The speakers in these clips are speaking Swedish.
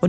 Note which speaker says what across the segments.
Speaker 1: och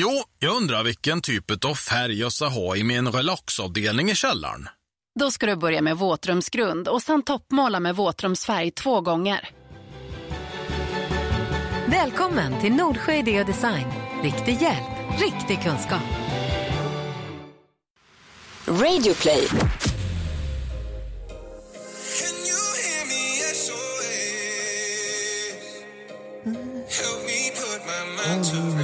Speaker 2: Jo, jag undrar vilken typ av färg jag ska ha i min relaxavdelning i källaren.
Speaker 3: Då ska du börja med våtrumsgrund och sen toppmåla med våtrumsfärg två gånger.
Speaker 4: Välkommen till Nordsjö Idé och Design. Riktig hjälp, riktig kunskap.
Speaker 5: Radio Play.
Speaker 6: oh,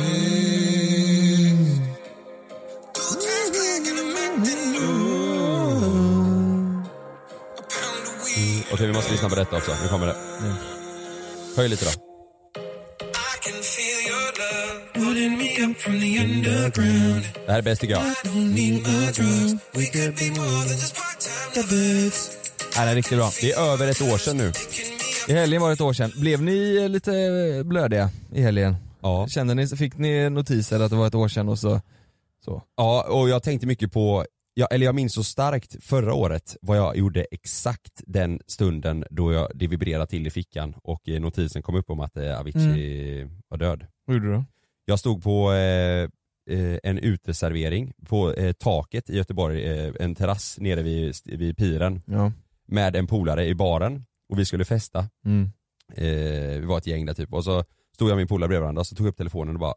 Speaker 7: Okej, vi måste lyssna på detta också. Nu kommer det. Höj lite då. Det här är bäst tycker jag. Det här är riktigt bra. Det är över ett år sedan nu.
Speaker 8: I helgen var det ett år sedan. Blev ni eh, lite blödiga i helgen?
Speaker 7: Ja.
Speaker 8: Kände ni, fick ni notiser att det var ett år sedan och så? så.
Speaker 7: Ja, och jag tänkte mycket på, ja, eller jag minns så starkt förra året vad jag gjorde exakt den stunden då jag, det vibrerade till i fickan och eh, notisen kom upp om att eh, Avicii
Speaker 8: Mm.
Speaker 7: var död.
Speaker 8: Vad gjorde du då?
Speaker 7: Jag stod på eh, eh, en uteservering på eh, taket i Göteborg, eh, en terrass nere vid, vid piren
Speaker 8: Ja.
Speaker 7: med en polare i baren och vi skulle festa.
Speaker 8: Mm.
Speaker 7: Eh, vi var ett gäng där typ och så stod jag och min polare bredvid varandra och så tog jag upp telefonen och bara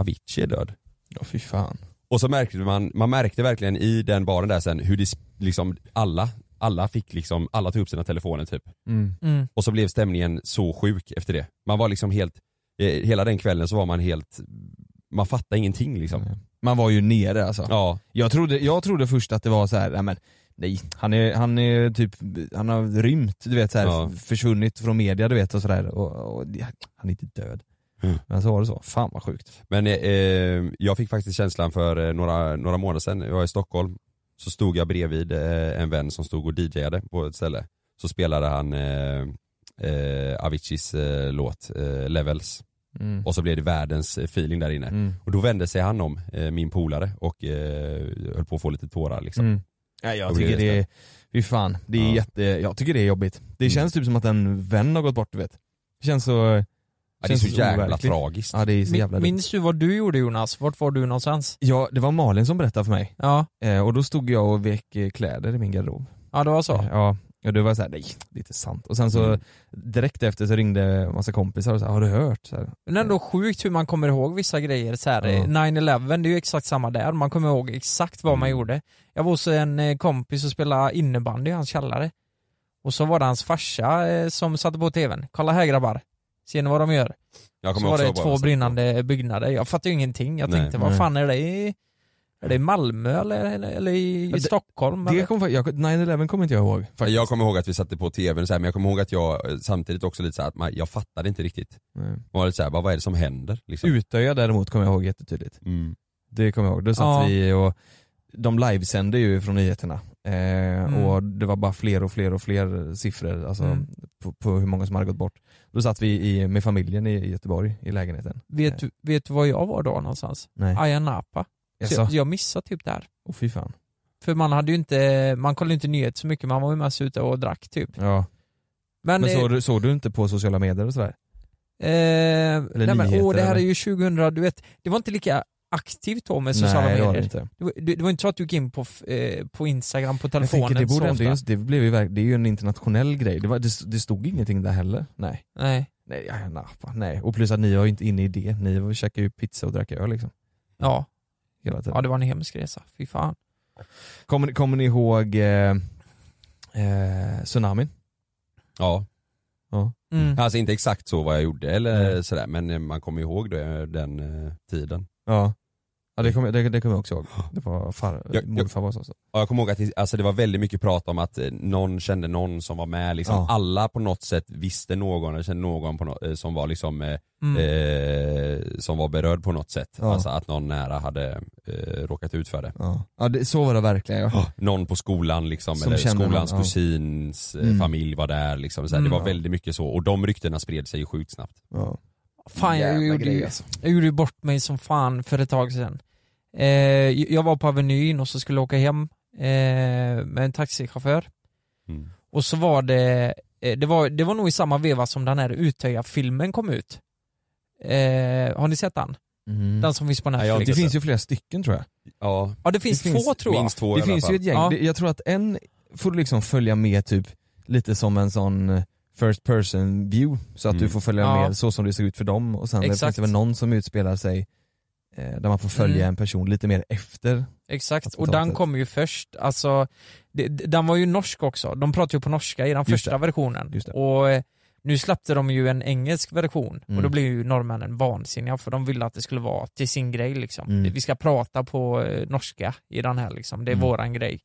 Speaker 7: Avicii är död.
Speaker 8: Ja fy fan.
Speaker 7: Och så märkte man, man märkte verkligen i den baren där sen hur det sp- liksom alla, alla fick liksom, alla tog upp sina telefoner typ.
Speaker 8: Mm.
Speaker 7: Och så blev stämningen så sjuk efter det. Man var liksom helt, eh, hela den kvällen så var man helt, man fattade ingenting liksom.
Speaker 8: Mm. Man var ju nere alltså.
Speaker 7: Ja,
Speaker 8: Jag, trodde, jag trodde först att det var så här, nej men nej, han är, han är typ, han har rymt, du vet så här,
Speaker 7: Ja.
Speaker 8: f- försvunnit från media du vet och sådär. Och, och, det- han är inte död.
Speaker 7: Mm.
Speaker 8: Men så var det så, fan vad sjukt.
Speaker 7: men eh, eh, jag fick faktiskt känslan för eh, några, några månader sedan, jag var i Stockholm, så stod jag bredvid eh, en vän som stod och DJade på ett ställe. Så spelade han eh, eh, Aviciis eh, låt eh, Levels
Speaker 8: Mm.
Speaker 7: och så blev det världens eh, feeling där inne.
Speaker 8: Mm.
Speaker 7: Och då vände sig han om, eh, min polare, och eh, höll på att få lite tårar liksom.
Speaker 8: Mm. Ja, jag
Speaker 7: Då blir
Speaker 8: tycker
Speaker 7: det
Speaker 8: det är, fy fan, det är
Speaker 7: Ja.
Speaker 8: jätte, jag tycker det är jobbigt. Det
Speaker 7: Mm.
Speaker 8: känns typ som att en vän har gått bort du vet. Det känns så...
Speaker 7: Ja, det är så jävla
Speaker 8: overkligt.
Speaker 7: tragiskt.
Speaker 8: Ja det är så jävla dumt.
Speaker 6: Minns du vad du gjorde Jonas? Vart var du någonstans?
Speaker 8: Ja, det var Malin som berättade för mig.
Speaker 6: Ja,
Speaker 8: Eh, och då stod jag och vek eh, kläder i min garderob.
Speaker 6: ja det var
Speaker 8: Eh,
Speaker 6: så.
Speaker 8: Ja, och då var jag såhär, nej det är inte sant. Och sen så
Speaker 7: Mm.
Speaker 8: direkt efter så ringde en massa kompisar och sa, har du hört? Så här.
Speaker 6: Men ändå sjukt hur man kommer ihåg vissa grejer så här.
Speaker 8: Ja.
Speaker 6: eh, 9-11, det är ju exakt samma där. Man kommer ihåg exakt vad man
Speaker 7: Mm.
Speaker 6: gjorde. Jag var hos en eh, kompis och spelade innebandy i hans källare. Och så var det hans farsa eh, som satte på tvn. Kolla här grabbar. Ser ni vad de gör?
Speaker 7: Jag
Speaker 6: Så
Speaker 7: kommer
Speaker 6: var
Speaker 7: också
Speaker 6: det
Speaker 7: ihåg vad
Speaker 6: två
Speaker 7: jag sa.
Speaker 6: brinnande byggnader. Jag fattade ju ingenting. Jag
Speaker 7: Nej.
Speaker 6: tänkte, vad
Speaker 8: Nej.
Speaker 6: fan är det i... Är det i Malmö eller, eller, eller i, i
Speaker 8: Ja, det-
Speaker 6: Stockholm?
Speaker 8: Det
Speaker 6: eller?
Speaker 8: kom, fa- jag, 9-11 kommer inte jag ihåg.
Speaker 7: För Jag kommer ihåg att vi satte på tvn och så här, men jag kommer ihåg att jag eh, samtidigt också lite så här, att man, jag fattade inte riktigt.
Speaker 8: Nej.
Speaker 7: Man var lite så här, bara, vad är det som händer? Liksom.
Speaker 8: Mm. Utöja däremot kommer jag ihåg jättetydligt.
Speaker 7: Mm.
Speaker 8: Det kommer jag ihåg. Då satt
Speaker 6: Ja.
Speaker 8: vi och de livesände ju från nyheterna. Eh, Och det var bara fler och fler och fler siffror alltså,
Speaker 6: Mm.
Speaker 8: på, på hur många som hade gått bort. Då satt vi i, med familjen i i Göteborg i lägenheten.
Speaker 6: Vet, du, vet du var jag var då någonstans?
Speaker 8: Nej.
Speaker 6: Ayia Napa. Så
Speaker 8: Jaså?
Speaker 6: jag, jag missade typ där.
Speaker 8: Åh fy fan.
Speaker 6: För man hade ju inte, man kollade inte nyheter så mycket, man var ju mest ute och drack typ.
Speaker 8: Ja.
Speaker 6: Men,
Speaker 8: Men
Speaker 6: eh,
Speaker 8: såg du, såg du inte på sociala medier och sådär?
Speaker 6: eh, nej, men,
Speaker 8: nyheter,
Speaker 6: åh, det här är
Speaker 8: eller?
Speaker 6: ju 2000, du vet, det var inte lika aktivt då med sociala
Speaker 8: Nej, det var
Speaker 6: medier.
Speaker 8: det
Speaker 6: Det,
Speaker 8: inte.
Speaker 6: var, det, det var inte så att du gick in på, f- eh, på Instagram på
Speaker 8: Jag
Speaker 6: telefonen
Speaker 8: tänker, det, borde
Speaker 6: så
Speaker 8: ändå,
Speaker 6: ofta.
Speaker 8: just, det, blev ju, verk- det är ju en internationell grej, det, var, det, det stod ingenting där heller. Nej.
Speaker 6: Nej.
Speaker 8: Nej, ja, na, fan, nej. Och plus att ni var ju inte inne i det, ni var- käkade ju pizza och drack öl liksom.
Speaker 6: Ja.
Speaker 8: Hela tiden.
Speaker 6: Ja, det var en hemsk resa. Fy fan.
Speaker 8: Kommer, ni- kommer ni ihåg eh, eh, tsunamin?
Speaker 7: Ja.
Speaker 8: Ja.
Speaker 6: Mm.
Speaker 7: Alltså inte exakt så vad jag gjorde eller sådär men eh, man kommer ihåg det, den eh, tiden.
Speaker 8: Ja. Ja det kommer det, det kommer jag också ihåg. Det var far,
Speaker 7: Jag- jag-
Speaker 8: morfar var så. så.
Speaker 7: Ja, jag kommer ihåg att det, alltså det var väldigt mycket prat om att eh, någon kände någon som var med, liksom.
Speaker 8: Ja.
Speaker 7: alla på något sätt visste någon eller kände någon på nå- eh, som var liksom eh,
Speaker 6: Mm.
Speaker 7: eh, som var berörd på något sätt.
Speaker 8: Ja.
Speaker 7: Alltså att någon nära hade eh, råkat ut för det.
Speaker 8: Ja. Ja, det, så var det verkligen ja.
Speaker 7: Någon på skolan liksom,
Speaker 8: Som
Speaker 7: eller
Speaker 8: kände
Speaker 7: skolans
Speaker 8: någon, ja.
Speaker 7: kusins eh,
Speaker 8: Mm.
Speaker 7: familj var där liksom. Så här,
Speaker 6: Mm,
Speaker 7: det var
Speaker 6: ja.
Speaker 7: väldigt mycket så och de ryktena spred sig ju sjukt snabbt.
Speaker 8: ja.
Speaker 6: Fan, jag
Speaker 8: Jävla
Speaker 6: gjorde,
Speaker 8: grej,
Speaker 6: ju,
Speaker 8: alltså.
Speaker 6: jag gjorde ju bort mig som fan för ett tag sedan. Eh, jag var på Avenyn och så skulle jag åka hem eh, med en taxichaufför.
Speaker 7: Mm.
Speaker 6: Och så var det, eh, det var, det var nog i samma veva som den här Utöja-filmen kom ut. Eh, har ni sett den?
Speaker 8: Mm.
Speaker 6: Den som finns på
Speaker 7: Nej, jag har
Speaker 6: Netflix?
Speaker 7: inte
Speaker 8: Det
Speaker 7: sett.
Speaker 8: finns ju flera stycken tror jag.
Speaker 7: Ja,
Speaker 6: Ja det finns,
Speaker 8: Det finns
Speaker 6: två tror jag.
Speaker 7: minst två i
Speaker 8: Det
Speaker 7: alla
Speaker 8: finns
Speaker 7: fall.
Speaker 8: ju ett gäng,
Speaker 6: Ja.
Speaker 8: Det- jag tror att en får du liksom följa med typ lite som en sån eh, first person view så att
Speaker 7: Mm.
Speaker 8: du får följa
Speaker 6: Ja.
Speaker 8: med så som det ser ut för dem och sen
Speaker 6: Exakt.
Speaker 8: finns det väl någon som utspelar sig eh, där man får följa
Speaker 6: Mm.
Speaker 8: en person lite mer efter.
Speaker 6: Exakt, och
Speaker 8: Attentatet.
Speaker 6: den kom ju först, alltså det, det- den var ju norsk också, de pratade ju på norska i den
Speaker 8: Just
Speaker 6: första
Speaker 8: det.
Speaker 6: versionen
Speaker 8: Just det.
Speaker 6: och eh, nu släppte de ju en engelsk version och då
Speaker 8: Mm.
Speaker 6: blev ju norrmännen vansinniga för de ville att det skulle vara till sin grej liksom.
Speaker 8: Mm.
Speaker 6: Vi ska prata på eh, norska i den här liksom, det är
Speaker 8: Mm.
Speaker 6: våran grej.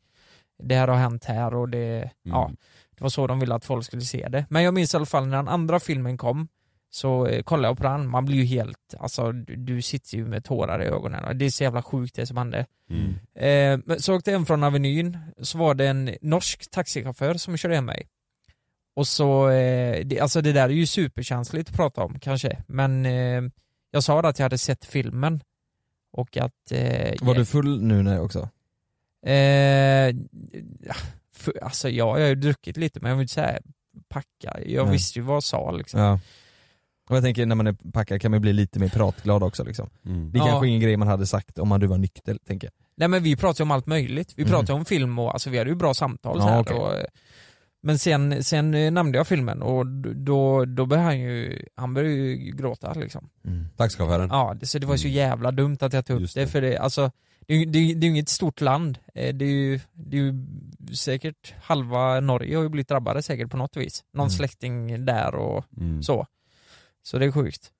Speaker 6: Det här har hänt här och det, ja, det var så de ville att folk skulle se det. Men jag minns i alla fall när den andra filmen kom så eh, kollade jag på den, man blir ju helt, alltså du, du sitter ju med tårar i ögonen och det är så jävla sjukt det som hände.
Speaker 7: Mm.
Speaker 6: Eh, men så åkte jag hem från Avenyn, så var det en norsk taxichaufför som körde hem mig. Och så, eh, det, alltså det där är ju superkänsligt att prata om kanske, men eh, jag sa att jag hade sett filmen och att... Eh,
Speaker 8: Var du full nu när också?
Speaker 6: Eh, ja, för, alltså ja, jag har ju druckit lite men jag vill inte säga packa, jag
Speaker 8: Nej.
Speaker 6: visste ju vad jag sa liksom.
Speaker 8: Ja. Och jag tänker när man är packad kan man bli lite mer pratglad också liksom.
Speaker 7: Mm.
Speaker 8: Det är
Speaker 6: Ja.
Speaker 8: kanske ingen grej man hade sagt om man du var nykter tänker jag.
Speaker 6: Nej men vi pratade om allt möjligt. Vi
Speaker 8: Mm.
Speaker 6: pratade om film och alltså, vi hade ju bra samtal.
Speaker 8: Ja,
Speaker 6: så här,
Speaker 8: okej.
Speaker 6: och, eh, men sen, sen eh, nämnde jag filmen och d- då, då började han ju, han började ju gråta liksom.
Speaker 7: Taxichauffören.
Speaker 6: Ja, det, så det var ju så
Speaker 7: Mm.
Speaker 6: jävla dumt att jag tog upp
Speaker 7: Just
Speaker 6: det.
Speaker 7: det.
Speaker 6: för det, alltså, det, är ju- det, är ju- det är ju inget stort land. Eh, Det är ju, det är ju säkert halva Norge har ju blivit drabbade säkert på något vis. Någon
Speaker 8: Mm.
Speaker 6: släkting där och
Speaker 7: Mm.
Speaker 6: så. Så det är sjukt.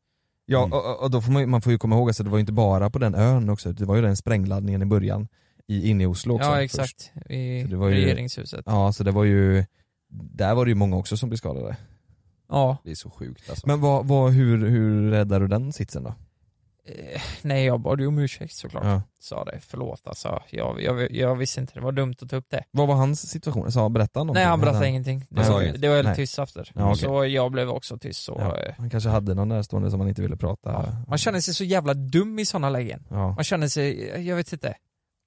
Speaker 8: Ja
Speaker 7: Mm.
Speaker 8: och, och då får man, man får ju komma ihåg att alltså, det var ju inte bara på den ön också, det var ju den sprängladdningen i början i, inne i Oslo också.
Speaker 6: Ja
Speaker 8: först.
Speaker 6: exakt, i
Speaker 8: Så det var ju-
Speaker 6: regeringshuset. Ja.
Speaker 8: Ja så det var ju, där var det ju många också som blev skadade.
Speaker 7: Det är så sjukt alltså.
Speaker 8: Men vad, vad, hur, hur räddar du den sitsen då?
Speaker 6: Eh, Nej jag bad ju om ursäkt såklart.
Speaker 8: Ja.
Speaker 6: sa det, förlåt alltså. Jag, jag, jag visste inte, det var dumt att ta upp det.
Speaker 8: Vad var hans situation? Sa, berättade han någonting?
Speaker 6: Nej han berättade
Speaker 8: Hade
Speaker 6: ingenting. Det,
Speaker 8: Nej,
Speaker 6: var-
Speaker 7: okej.
Speaker 6: det var
Speaker 8: Nej.
Speaker 6: helt tyst efter.
Speaker 8: Ja, okej.
Speaker 6: Så jag blev också tyst så.
Speaker 8: Ja.
Speaker 6: eh,
Speaker 8: Han kanske hade någon närstående som han inte ville prata.
Speaker 6: Ja. Man känner sig så jävla dum i sådana lägen.
Speaker 8: Ja.
Speaker 6: Man känner sig, eh, jag vet inte.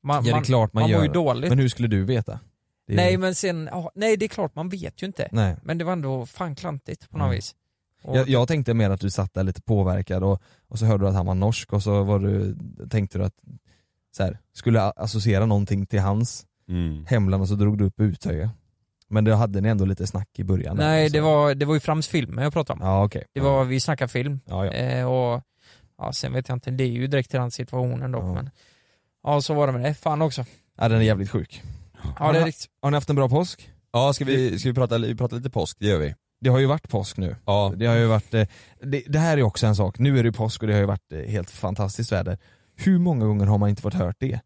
Speaker 6: Man,
Speaker 8: ja det är klart man,
Speaker 6: man,
Speaker 8: gör.
Speaker 6: mår ju dåligt.
Speaker 8: Men hur skulle du veta? Det är-
Speaker 6: Nej men sen, ja, nej det är klart man vet ju inte.
Speaker 8: Nej.
Speaker 6: Men det var ändå fan klantigt på något
Speaker 8: Mm.
Speaker 6: vis. Och,
Speaker 8: Jag, jag tänkte mer att du satt där lite påverkad och, och så hörde du att han var norsk och så var du, tänkte du att så här, skulle a- associera någonting till hans
Speaker 7: Mm.
Speaker 8: hemland och så drog du upp Utöja. Men då hade ni ändå lite snack i början. där,
Speaker 6: nej
Speaker 8: så.
Speaker 6: det var, det var ju främst filmen jag pratade om.
Speaker 8: alltså- Ja okej.
Speaker 6: Det var, vi snackade film.
Speaker 8: Ja, ja.
Speaker 6: Eh, och, ja, sen vet jag inte, det är ju direkt till den situationen dock
Speaker 8: Ja.
Speaker 6: men. Ja så var det med det, fan också.
Speaker 8: ja den är jävligt sjuk.
Speaker 6: Ja det är riktigt.
Speaker 8: Har ni haft en bra påsk?
Speaker 7: Ja, ska vi, ska vi prata, vi pratar lite påsk? Det gör vi.
Speaker 8: Det har ju varit påsk nu.
Speaker 7: Ja.
Speaker 8: Det har ju varit, eh, det, det här är också en sak, nu är det ju påsk och det har ju varit eh, helt fantastiskt väder. Hur många gånger har man inte fått hört det?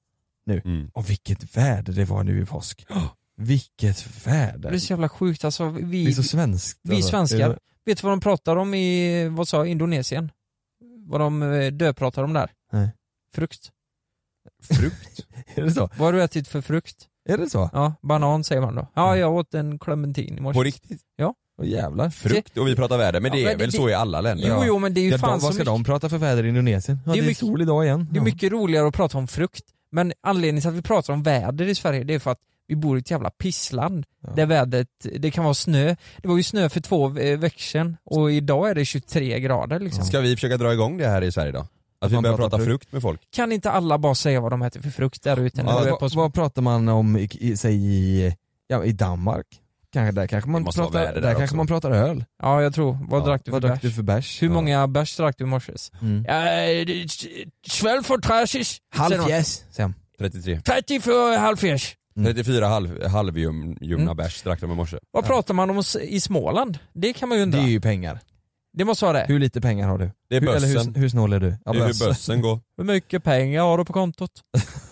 Speaker 7: Mm.
Speaker 8: Och vilket väder det var nu i påsk. Vilket
Speaker 6: Det är
Speaker 8: väder.
Speaker 6: så jävla sjukt alltså.
Speaker 8: Det är
Speaker 6: Vi,
Speaker 8: så svenskt.
Speaker 6: vi
Speaker 8: alltså.
Speaker 6: svenskar, vet du vad de pratar om i, vad sa jag, Indonesien? Vad de eh, döpratar om där?
Speaker 8: Nej.
Speaker 6: Frukt.
Speaker 7: Frukt?
Speaker 8: Är det så?
Speaker 6: Vad har du ätit för frukt?
Speaker 8: Är det så?
Speaker 6: Ja, banan säger man då. Ja, jag åt en clementin i morse.
Speaker 7: På riktigt?
Speaker 8: Åh jävlar.
Speaker 7: Frukt? Och vi pratar väder, men det
Speaker 6: Ja,
Speaker 7: är
Speaker 6: men det-
Speaker 7: väl så i alla länder?
Speaker 6: Jo, jo, men det är ju
Speaker 8: Ja, de,
Speaker 6: fan
Speaker 8: vad
Speaker 6: så
Speaker 8: ska
Speaker 6: mycket,
Speaker 8: de prata för väder i Indonesien? Ja,
Speaker 6: Det
Speaker 8: det
Speaker 6: är
Speaker 8: är,
Speaker 6: mycket-
Speaker 8: sol idag igen.
Speaker 6: det är mycket roligare att prata om frukt. Men anledningen till att vi pratar om väder i Sverige, det är för att vi bor i ett jävla pissland.
Speaker 8: Ja.
Speaker 6: Där vädret, det kan vara snö. Det var ju snö för två eh, veckor sedan och idag är det 23 grader liksom.
Speaker 7: Ska vi försöka dra igång det här i Sverige då? Att vi
Speaker 8: man
Speaker 7: börjar
Speaker 8: pratar
Speaker 7: prata
Speaker 8: frukt.
Speaker 7: frukt med folk?
Speaker 6: Kan inte alla bara säga vad de äter för frukt där ute? när
Speaker 8: Ja,
Speaker 6: vi är
Speaker 8: vad,
Speaker 6: på-
Speaker 8: vad pratar man om i, i, säg i, ja, i Danmark? Kanske, där kanske man,
Speaker 7: måste vara
Speaker 8: pratar,
Speaker 7: värde där
Speaker 8: där kanske
Speaker 7: också.
Speaker 8: man pratar öl.
Speaker 6: Ja, jag tror. Vad
Speaker 8: Ja,
Speaker 6: drack du för
Speaker 8: vad drack du för bärs?
Speaker 6: Hur
Speaker 8: Ja.
Speaker 6: många bärs drack du i morse?
Speaker 8: Mm.
Speaker 6: Mm. Svälj för trashis.
Speaker 8: Halv yes.
Speaker 7: 33.
Speaker 6: 30 för halvfjärs.
Speaker 7: 34 halv, halvjum, ljumna
Speaker 6: Mm.
Speaker 7: bärs drack de i morse.
Speaker 6: Vad pratar man om s- i Småland? Det kan man ju undra.
Speaker 8: Det är ju pengar.
Speaker 6: Det måste vara det.
Speaker 8: Hur lite pengar har du?
Speaker 7: Det är
Speaker 8: hur, eller
Speaker 7: bössen.
Speaker 8: hur, hur snål är du? Ja,
Speaker 7: det är hur
Speaker 8: bössen.
Speaker 7: bössen går.
Speaker 6: Hur mycket pengar har du på kontot?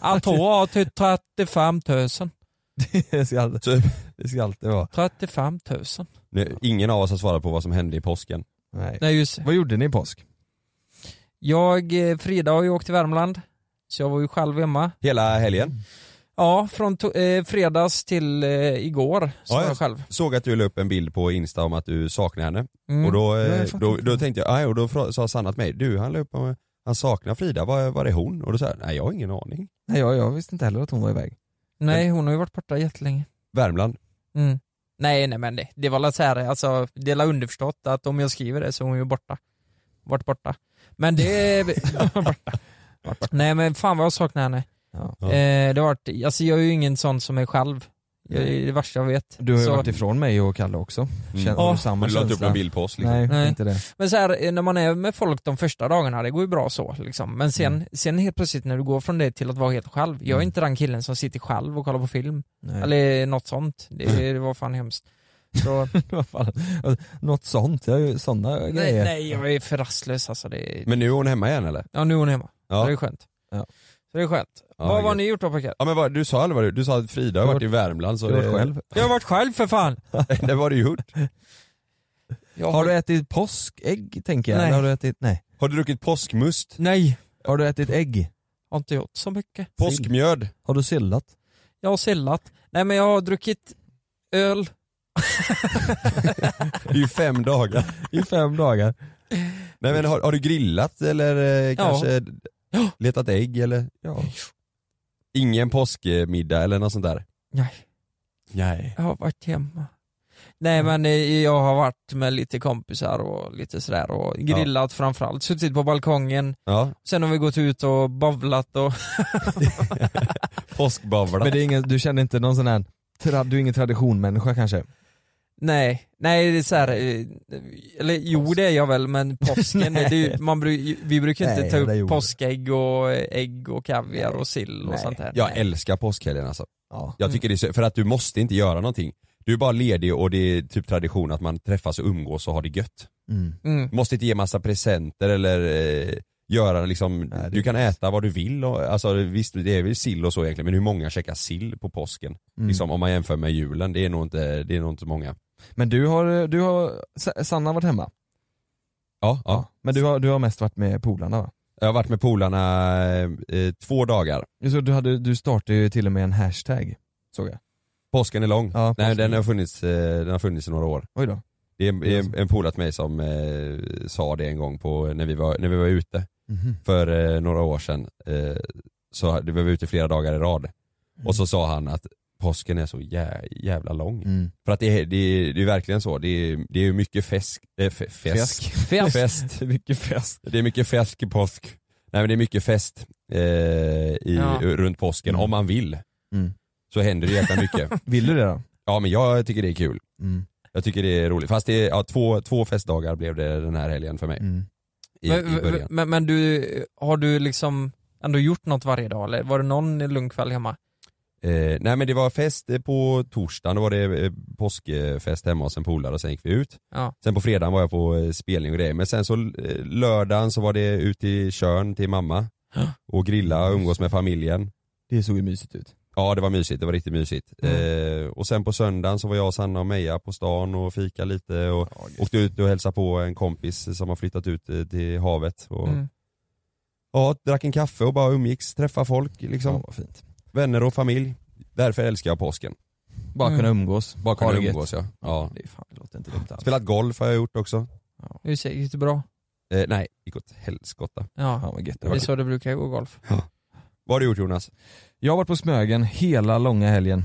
Speaker 6: Allt har till 35 000.
Speaker 8: det, ska alltid,
Speaker 7: Typ.
Speaker 8: det ska alltid vara.
Speaker 6: 35 000.
Speaker 7: Nu, ingen av oss har svarat på vad som hände i påsken.
Speaker 8: Nej.
Speaker 6: Nej just det.
Speaker 8: Vad gjorde ni i påsk?
Speaker 6: Jag, eh, Frida har ju åkt till Värmland. Så jag var ju själv hemma.
Speaker 7: Hela helgen.
Speaker 6: Ja, från to- eh, fredags till eh, igår så
Speaker 7: Ja,
Speaker 6: var
Speaker 7: jag-
Speaker 6: jag själv.
Speaker 7: Såg att du la upp en bild på Insta om att du saknar henne.
Speaker 6: Mm.
Speaker 7: Och då, eh,
Speaker 8: Ja, jag fattar
Speaker 7: då,
Speaker 8: inte.
Speaker 7: då tänkte jag, aj, och då fra- sa Sanna till mig, du han la upp om, han saknar Frida, var, var är hon? Och då sa jag, nej jag har ingen aning.
Speaker 8: Nej, jag, jag visste inte heller att hon var iväg.
Speaker 6: Nej, hon har ju varit borta jättelänge.
Speaker 7: Värmland.
Speaker 6: Mm. Nej, nej men det, det var la så här, alltså, det var underförstått att om jag skriver det så är hon ju borta. Vart borta. Men det... borta. Nej men fan vad jag saknar henne.
Speaker 8: Ja.
Speaker 6: Eh, det har varit, alltså jag är ju ingen sån som är själv. Jag är det värsta jag vet.
Speaker 8: Du har ju
Speaker 6: Så-
Speaker 8: varit ifrån mig och Kalle också.
Speaker 7: Mm.
Speaker 8: Känner
Speaker 6: Ja.
Speaker 8: du samma
Speaker 7: Men du la inte upp
Speaker 8: känsla?
Speaker 7: någon bild på oss liksom.
Speaker 8: Nej,
Speaker 6: Nej.
Speaker 8: inte det.
Speaker 6: Men så här, eh, när man är med folk de första dagarna, det går ju bra så liksom. Men sen, sen helt plötsligt när du går från det till att vara helt själv. Jag är
Speaker 8: Mm.
Speaker 6: inte den killen som sitter själv och kollar på film.
Speaker 8: Nej.
Speaker 6: Eller något sånt. Det, det var fan hemskt. Så,
Speaker 8: Mm. Vad fan? Alltså, Något sånt, jag har ju sådana
Speaker 6: nej,
Speaker 8: grejer.
Speaker 6: nej, jag är för rastlös alltså. Det,
Speaker 7: Men nu är hon hemma igen eller?
Speaker 6: Ja nu är hon hemma, så det är
Speaker 7: Ja.
Speaker 6: skönt.
Speaker 8: Ja.
Speaker 6: Så det är skönt.
Speaker 7: Ja,
Speaker 6: vad har
Speaker 7: gud.
Speaker 6: ni gjort då pojkar?
Speaker 7: Ja men vad, du sa aldrig vad du, du sa att Frida har varit i Värmland så
Speaker 8: Du har
Speaker 7: det,
Speaker 8: varit själv.
Speaker 6: Jag har varit själv för fan!
Speaker 7: det var du ju gjort.
Speaker 6: Jag
Speaker 8: Har du ätit påskägg tänker jag?
Speaker 6: Nej.
Speaker 8: Eller Har du ätit, nej.
Speaker 7: Har du druckit påskmust?
Speaker 6: Nej,
Speaker 8: Har du ätit ägg?
Speaker 6: har inte gjort så mycket.
Speaker 7: Påskmjöd?
Speaker 8: Har du sillat?
Speaker 6: Jag har sillat. Nej men jag har druckit öl.
Speaker 7: Det är ju fem dagar.
Speaker 8: I fem dagar.
Speaker 7: Nej men har, har du grillat eller eh, kanske letat ägg eller?
Speaker 8: Ja.
Speaker 7: Ingen påskmiddag eller något sånt där?
Speaker 6: Nej,
Speaker 7: Nej.
Speaker 6: jag har varit hemma. Nej
Speaker 8: Mm.
Speaker 6: men eh, jag har varit med lite kompisar och lite sådär och grillat framförallt. Suttit på balkongen,
Speaker 7: Ja,
Speaker 6: sen har vi gått ut och bavlat och...
Speaker 7: påskbavla.
Speaker 8: Men det är ingen, du känner inte någon sån här, tra, du är ingen traditionmänniska kanske?
Speaker 6: Nej, nej det är såhär, eh, eller jo det är jag väl men påsken, det är ju, man, bru- vi brukar inte
Speaker 8: Nej,
Speaker 6: ta
Speaker 8: det
Speaker 6: upp
Speaker 8: gjorde-
Speaker 6: påskägg och eh, ägg och kaviar och sill
Speaker 8: Nej.
Speaker 6: och
Speaker 8: Mm.
Speaker 6: sånt där.
Speaker 7: Jag älskar påskhelgen alltså.
Speaker 8: Ja.
Speaker 7: Jag tycker det är så, för att du måste inte göra någonting. Du är bara ledig och det är typ tradition att man träffas och umgås och har det gött.
Speaker 8: Mm.
Speaker 6: Mm.
Speaker 7: Du måste inte ge massa presenter eller eh, göra liksom,
Speaker 8: det är
Speaker 7: du kan äta vad du vill och, alltså visst det är väl sill och så egentligen men hur många käkar sill på påsken?
Speaker 8: Mm.
Speaker 7: Liksom om man jämför med julen, det är nog inte, det är nog inte många.
Speaker 8: Men du har, du har, Sa- Sanna har varit hemma?
Speaker 7: Ja, ja.
Speaker 8: Men du har, du har mest varit med polarna va?
Speaker 7: Jag har varit med polarna eh, två dagar.
Speaker 8: Så du, hade, du startade ju till och med en hashtag, såg jag.
Speaker 7: Påsken är lång.
Speaker 8: Ja,
Speaker 7: Nej
Speaker 8: påsken.
Speaker 7: den har, funnits, eh, den har funnits i några år.
Speaker 8: Oj då.
Speaker 7: Det är en,
Speaker 8: Ja.
Speaker 7: en, en polare till mig som eh, sa det en gång på, när, vi var, när vi var ute
Speaker 8: Mhm.
Speaker 7: för eh, några år sedan. Eh, så hade- vi var ute flera dagar i rad. Och så sa han att påsken är så jä, jävla lång.
Speaker 8: Mm.
Speaker 7: För att det, är- det, är- det är verkligen så. Det är, det är ju mycket fesk, eh, fe, fesk.
Speaker 8: Fjäsk.
Speaker 7: Fest.
Speaker 8: Mycket fest.
Speaker 7: Det är mycket fesk i påsk. Nej men det är mycket fest eh, i,
Speaker 6: Ja.
Speaker 7: runt påsken
Speaker 8: Mm.
Speaker 7: om man vill.
Speaker 8: Mm.
Speaker 7: Så händer det jäkla mycket.
Speaker 8: Vill du det då?
Speaker 7: ja men jag tycker det är kul.
Speaker 8: Mm.
Speaker 7: Jag tycker det är roligt. Fast det är, ja, två, två festdagar blev det den här helgen för mig.
Speaker 8: Mm.
Speaker 7: i, i
Speaker 6: men,
Speaker 7: början.
Speaker 6: men, men du, har du liksom ändå gjort något varje dag eller var det någon lugn kväll hemma?
Speaker 7: Eh, nej men det var fest eh, på torsdagen, då var det eh, påskfest hemma hos en polare och sen gick vi ut.
Speaker 6: Ja.
Speaker 7: Sen på fredagen var jag på eh, spelning och grejer. Men sen så eh, lördagen så var det ut i Tjörn till mamma
Speaker 6: Ja.
Speaker 7: och grilla och umgås med familjen.
Speaker 8: Det såg ju mysigt ut.
Speaker 7: Ja det var mysigt, det var riktigt mysigt.
Speaker 6: Mm.
Speaker 7: Eh, och sen på söndagen så var jag, Sanna och Meja på stan och fika lite och åkte ut och hälsade på en kompis som har flyttat ut eh, till havet. Och,
Speaker 6: Mm.
Speaker 7: Ja, drack en kaffe och bara umgicks, träffade folk liksom.
Speaker 8: Ja, vad fint.
Speaker 7: Vänner och familj. Därför älskar jag påsken.
Speaker 8: Bara
Speaker 6: Mm.
Speaker 8: kunna umgås.
Speaker 7: Bara kunna
Speaker 8: Ha det gött.
Speaker 7: umgås ja. ja.
Speaker 8: Det, är fan, det låter inte dumt alls.
Speaker 7: Spelat golf har jag gjort också.
Speaker 6: Det gick det bra?
Speaker 7: Eh, nej, gick åt helskotta.
Speaker 6: Ja,
Speaker 8: Fan vad gött det
Speaker 6: det är
Speaker 8: var.
Speaker 6: så det brukar gå golf.
Speaker 7: Vad har du gjort Jonas?
Speaker 8: Jag har varit på Smögen hela långa helgen.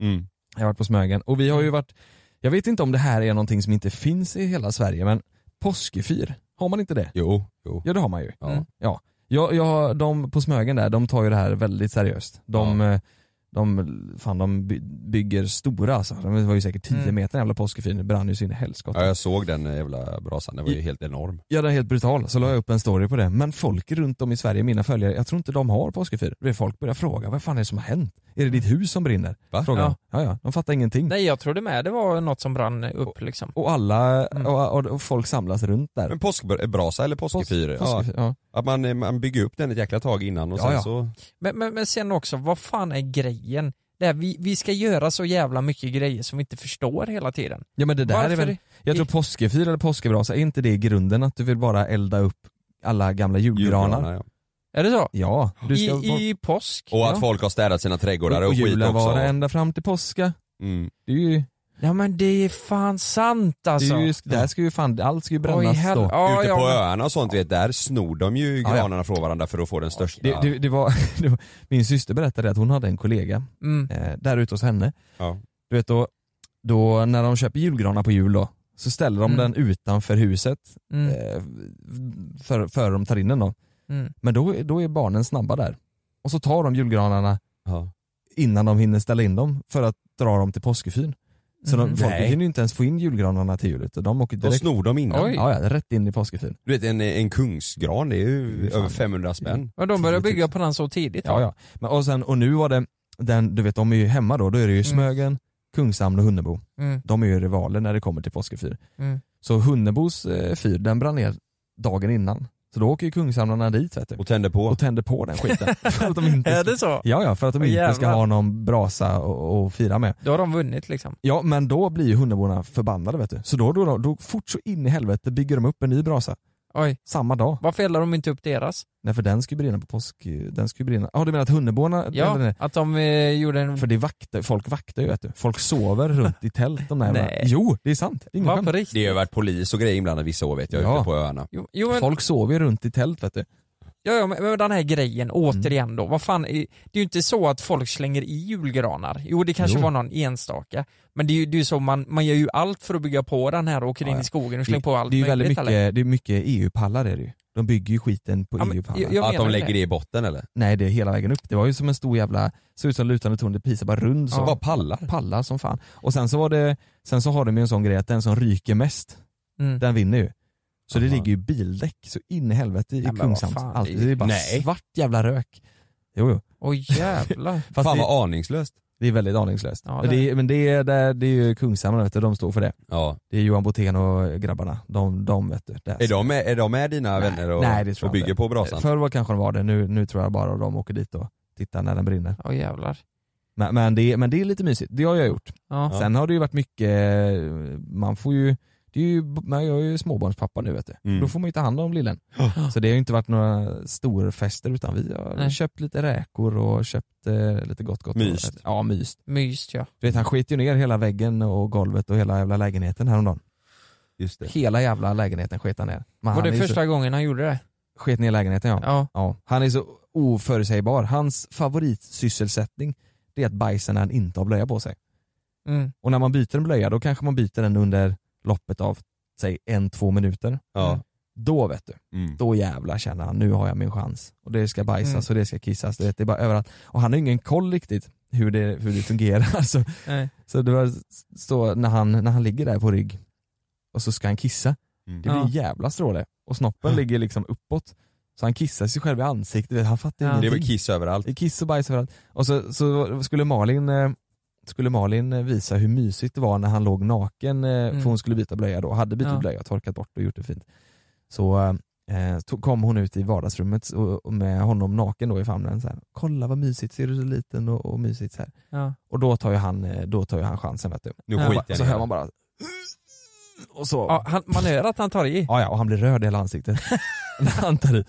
Speaker 7: Mm.
Speaker 8: Jag har varit på Smögen och vi har ju varit, jag vet inte om det här är någonting som inte finns i hela Sverige men påskefyr, har man inte det?
Speaker 7: Jo, jo.
Speaker 8: Ja det har man ju.
Speaker 7: Ja.
Speaker 8: Ja, jag, jag, de på Smögen där, de tar ju det här väldigt seriöst. De, eh, de, fan de by- bygger stora alltså. De var ju säkert 10
Speaker 7: Mm.
Speaker 8: meter den jävla påskefyren, det brann ju så in i helskotta.
Speaker 7: Ja, jag såg den eh, jävla brasan, den var ju helt enorm.
Speaker 8: Ja den är helt brutal, så la jag upp en story på det. Men folk runt om i Sverige, mina följare, jag tror inte de har påskefyr. Det är Folk börjar fråga, vad fan är det som har hänt? Är det ditt hus som brinner?
Speaker 7: Va?
Speaker 8: Frågar
Speaker 6: Ja.
Speaker 8: de. ja, ja, de fattar ingenting.
Speaker 6: Nej jag trodde med det var något som brann upp liksom.
Speaker 8: Och alla, och, och, och folk samlas runt där.
Speaker 7: Men påskbrasa eller påskefyr?
Speaker 8: Påsk- påskefyr, ja.
Speaker 7: Att man, eh, man bygger upp den ett jäkla tag innan och
Speaker 8: Ja,
Speaker 7: sen
Speaker 8: ja.
Speaker 7: så...
Speaker 6: Men, men, men sen också, vad fan är grejen? Det här, vi, vi ska göra så jävla mycket grejer som vi inte förstår hela tiden.
Speaker 8: Ja men det där
Speaker 6: Varför
Speaker 8: är väl,
Speaker 6: det-
Speaker 8: jag tror påskefyr eller påskebrasa, är inte det i grunden att du vill bara elda upp alla gamla julgranar?
Speaker 7: ja.
Speaker 6: Är det så?
Speaker 8: Ja, du ska bort-
Speaker 6: I, I påsk?
Speaker 7: Och att
Speaker 6: ja.
Speaker 7: folk har städat sina trädgårdar och,
Speaker 8: och
Speaker 7: skit
Speaker 8: julen
Speaker 7: också.
Speaker 8: vara ända fram till påska.
Speaker 7: Mm.
Speaker 8: Det är ju,
Speaker 6: ja men det är fan sant
Speaker 8: det
Speaker 6: alltså.
Speaker 8: är ju där ska ju fan, allt ska ju
Speaker 6: Oj,
Speaker 8: brännas
Speaker 6: hel-
Speaker 8: då.
Speaker 6: ja,
Speaker 7: Ute
Speaker 6: ja,
Speaker 7: på
Speaker 6: men-
Speaker 7: öarna och sånt, vet, där snor de ju
Speaker 8: ja.
Speaker 7: granarna från varandra för att få den största.
Speaker 8: Det, det, det, var, det var, min syster berättade att hon hade en kollega
Speaker 6: Mm.
Speaker 8: eh, där ute hos henne.
Speaker 7: Ja.
Speaker 8: Du vet då, då när de köper julgranar på jul då, så ställer de
Speaker 6: Mm.
Speaker 8: den utanför huset
Speaker 6: Mm.
Speaker 8: eh, för, för de tar in den då.
Speaker 6: Mm.
Speaker 8: Men då, då är barnen snabba där. Och så tar de julgranarna
Speaker 7: Ja.
Speaker 8: innan de hinner ställa in dem för att dra dem till påskefyn. Så de,
Speaker 6: Mhm.
Speaker 8: folk
Speaker 7: Nej.
Speaker 8: hinner ju inte ens få in julgranarna till jul utan de åker
Speaker 7: De
Speaker 8: direkt.
Speaker 7: snor dem innan.
Speaker 6: Oj.
Speaker 8: Ja, ja, rätt in i påskefyn.
Speaker 7: Du vet en, en kungsgran, det är ju
Speaker 8: Fan.
Speaker 7: över 500 spänn.
Speaker 6: Men de börjar
Speaker 8: 10 000.
Speaker 6: bygga på den så tidigt va?
Speaker 8: Ja, ja. Men, och, sen, och nu var det, den, du vet de är ju hemma då, då är det ju
Speaker 6: Mm.
Speaker 8: Smögen, Kungshamn och Hunnebo.
Speaker 6: Mm.
Speaker 8: De är ju rivaler när det kommer till påskefyr.
Speaker 6: Mm.
Speaker 8: Så Hunnebos eh, fyr, den brann ner dagen innan. Så då åker ju Kungshamnarna dit vet du,
Speaker 7: Och tänder på.
Speaker 8: och tänder på den skiten. för att de inte
Speaker 6: Är
Speaker 8: ska,
Speaker 6: det så?
Speaker 8: ja, ja, för att de
Speaker 6: Åh,
Speaker 8: inte ska
Speaker 6: jävlar.
Speaker 8: ha någon brasa och, och fira med.
Speaker 6: Då har de vunnit liksom.
Speaker 8: Ja men då blir ju hunneborna förbannade vet du. Så då, då, då, då fort så in i helvete bygger de upp en ny brasa.
Speaker 6: Oj,
Speaker 8: Samma dag.
Speaker 6: varför eldar de inte upp deras?
Speaker 8: Nej för den ska ju brinna på påsk, den ska ju brinna. Ja du menar att hunneborna
Speaker 6: Ja,
Speaker 8: eller nej.
Speaker 6: att de eh, gjorde en...
Speaker 8: För det vaktar, folk vaktar ju vet du. Folk sover runt i tält de där
Speaker 6: Nej.
Speaker 8: Jo, det är sant. Det är inget
Speaker 6: Var på
Speaker 8: skämt.
Speaker 6: riktigt?
Speaker 7: Det har varit polis och grejer inblandade vissa år vet jag,
Speaker 8: Ja.
Speaker 7: ute på öarna.
Speaker 6: Jo, jo, men,
Speaker 8: Folk sover ju runt i tält vet du.
Speaker 6: ja, ja, men men den här grejen
Speaker 8: Mm.
Speaker 6: återigen då, vad fan, är- det är ju inte så att folk slänger i julgranar. Jo det kanske
Speaker 8: Jo.
Speaker 6: var någon enstaka, men det är ju det är ju så man, man gör ju allt för att bygga på den här och åker
Speaker 8: Ja,
Speaker 6: in
Speaker 8: ja.
Speaker 6: i skogen
Speaker 8: Det,
Speaker 6: och slänger på allt
Speaker 8: det är ju väldigt
Speaker 6: möjligt,
Speaker 8: mycket,
Speaker 6: eller?
Speaker 8: det är mycket EU-pallar är det ju. De bygger ju skiten på
Speaker 6: Ja, men
Speaker 8: EU-pallar.
Speaker 6: jag- jag-
Speaker 7: Att de
Speaker 6: menar
Speaker 7: lägger
Speaker 6: det.
Speaker 7: det i botten eller?
Speaker 8: Nej det är hela vägen upp. Det var ju som en stor jävla, såg ut som lutande torn, det pisade bara rund så.
Speaker 6: Ja.
Speaker 7: Bara pallar.
Speaker 8: Pallar som fan. Och sen så var det, sen så har de ju en sån grej att den som ryker mest,
Speaker 6: Mm.
Speaker 8: den vinner ju. Så det
Speaker 7: Aha.
Speaker 8: ligger ju bildäck så in i helvete i
Speaker 6: Ja, men vad
Speaker 8: Kungshamn.
Speaker 6: fan,
Speaker 8: Allt-
Speaker 6: det är-
Speaker 8: Alltså, Det är bara
Speaker 7: Nej.
Speaker 8: svart jävla rök. Jo, jo.
Speaker 6: Oj jävlar.
Speaker 8: Fast
Speaker 7: Fan
Speaker 8: det,
Speaker 7: vad aningslöst.
Speaker 8: det är väldigt aningslöst.
Speaker 6: Ja,
Speaker 8: Men det är, men det är, det är, det är ju Kungshamn vet du, de står för det.
Speaker 7: Ja.
Speaker 8: Det är Johan Botén och grabbarna. De, de vet du. det
Speaker 7: Är de med, är de med dina
Speaker 8: Nej,
Speaker 7: vänner och,
Speaker 8: nej, det tror jag
Speaker 7: och bygger
Speaker 8: inte.
Speaker 7: på brasan?
Speaker 8: Förr var kanske de var det, nu, nu tror jag bara de åker dit och tittar när den brinner.
Speaker 6: Oj jävlar.
Speaker 8: Men, men, det, är- men det är lite mysigt, det har jag gjort.
Speaker 6: Ja.
Speaker 8: Sen har det ju varit mycket, eh, man får ju, det är ju man, jag är ju småbarnspappa nu vet du.
Speaker 7: Mm.
Speaker 8: Då får man ju ta hand om lillen. Så det har ju inte varit några storfester utan vi har
Speaker 6: Nej.
Speaker 8: köpt lite räkor och köpt eh, lite gott gott.
Speaker 7: Myst.
Speaker 8: Ja, myst.
Speaker 6: Myst ja.
Speaker 8: Du vet han skiter ju ner hela väggen och golvet och hela jävla lägenheten häromdagen.
Speaker 7: Just det.
Speaker 8: Hela jävla lägenheten sket han ner. Men
Speaker 6: Var
Speaker 8: han
Speaker 6: det
Speaker 8: är ju
Speaker 6: första gången han gjorde det?
Speaker 8: så, sket ner lägenheten ja.
Speaker 6: Ja.
Speaker 8: ja. Han är så oförutsägbar. Hans favoritsysselsättning det är att bajsa när han inte har blöja på sig.
Speaker 6: Mm.
Speaker 8: Och när man byter en blöja då kanske man byter den under loppet av säg en, två minuter.
Speaker 7: Ja.
Speaker 8: Då vet du,
Speaker 7: Mm.
Speaker 8: då jävlar känner han nu har jag min chans. Och det ska bajsas
Speaker 6: Mm.
Speaker 8: och det ska kissas, du vet, det är bara överallt. Och han har ingen koll riktigt hur det, hur det fungerar. Så,
Speaker 6: Nej.
Speaker 8: så det var så när han, när han ligger där på rygg och så ska han kissa, det blir
Speaker 6: Ja.
Speaker 8: en jävla stråle. Och snoppen ligger liksom uppåt. Så han kissar sig själv i ansiktet, du vet, han fattar
Speaker 6: Ja.
Speaker 7: Det är
Speaker 8: ingenting.
Speaker 7: väl kiss överallt.
Speaker 8: Det är kiss och bajs överallt. Och så, så skulle, Malin, eh, skulle Malin eh, visa hur mysigt det var när han låg naken, eh,
Speaker 6: Mm.
Speaker 8: för hon skulle byta blöja då, hade bytt
Speaker 6: Ja.
Speaker 8: blöja, torkat bort och gjort det fint. Så eh, tog, kom hon ut i vardagsrummet och, och med honom naken då i famnen så här. kolla vad mysigt, ser du så liten och, och mysigt så här.
Speaker 6: Ja.
Speaker 8: Och då tar ju han, eh, då tar ju han chansen vet du.
Speaker 7: Nu
Speaker 6: Ja.
Speaker 7: skiter
Speaker 8: Och
Speaker 7: jag
Speaker 8: så
Speaker 7: i
Speaker 8: hör
Speaker 7: det.
Speaker 8: man bara och så,
Speaker 6: Ja, han, man hör att han tar i.
Speaker 8: Ja, ja, och han blir röd i hela ansiktet. När han tar i.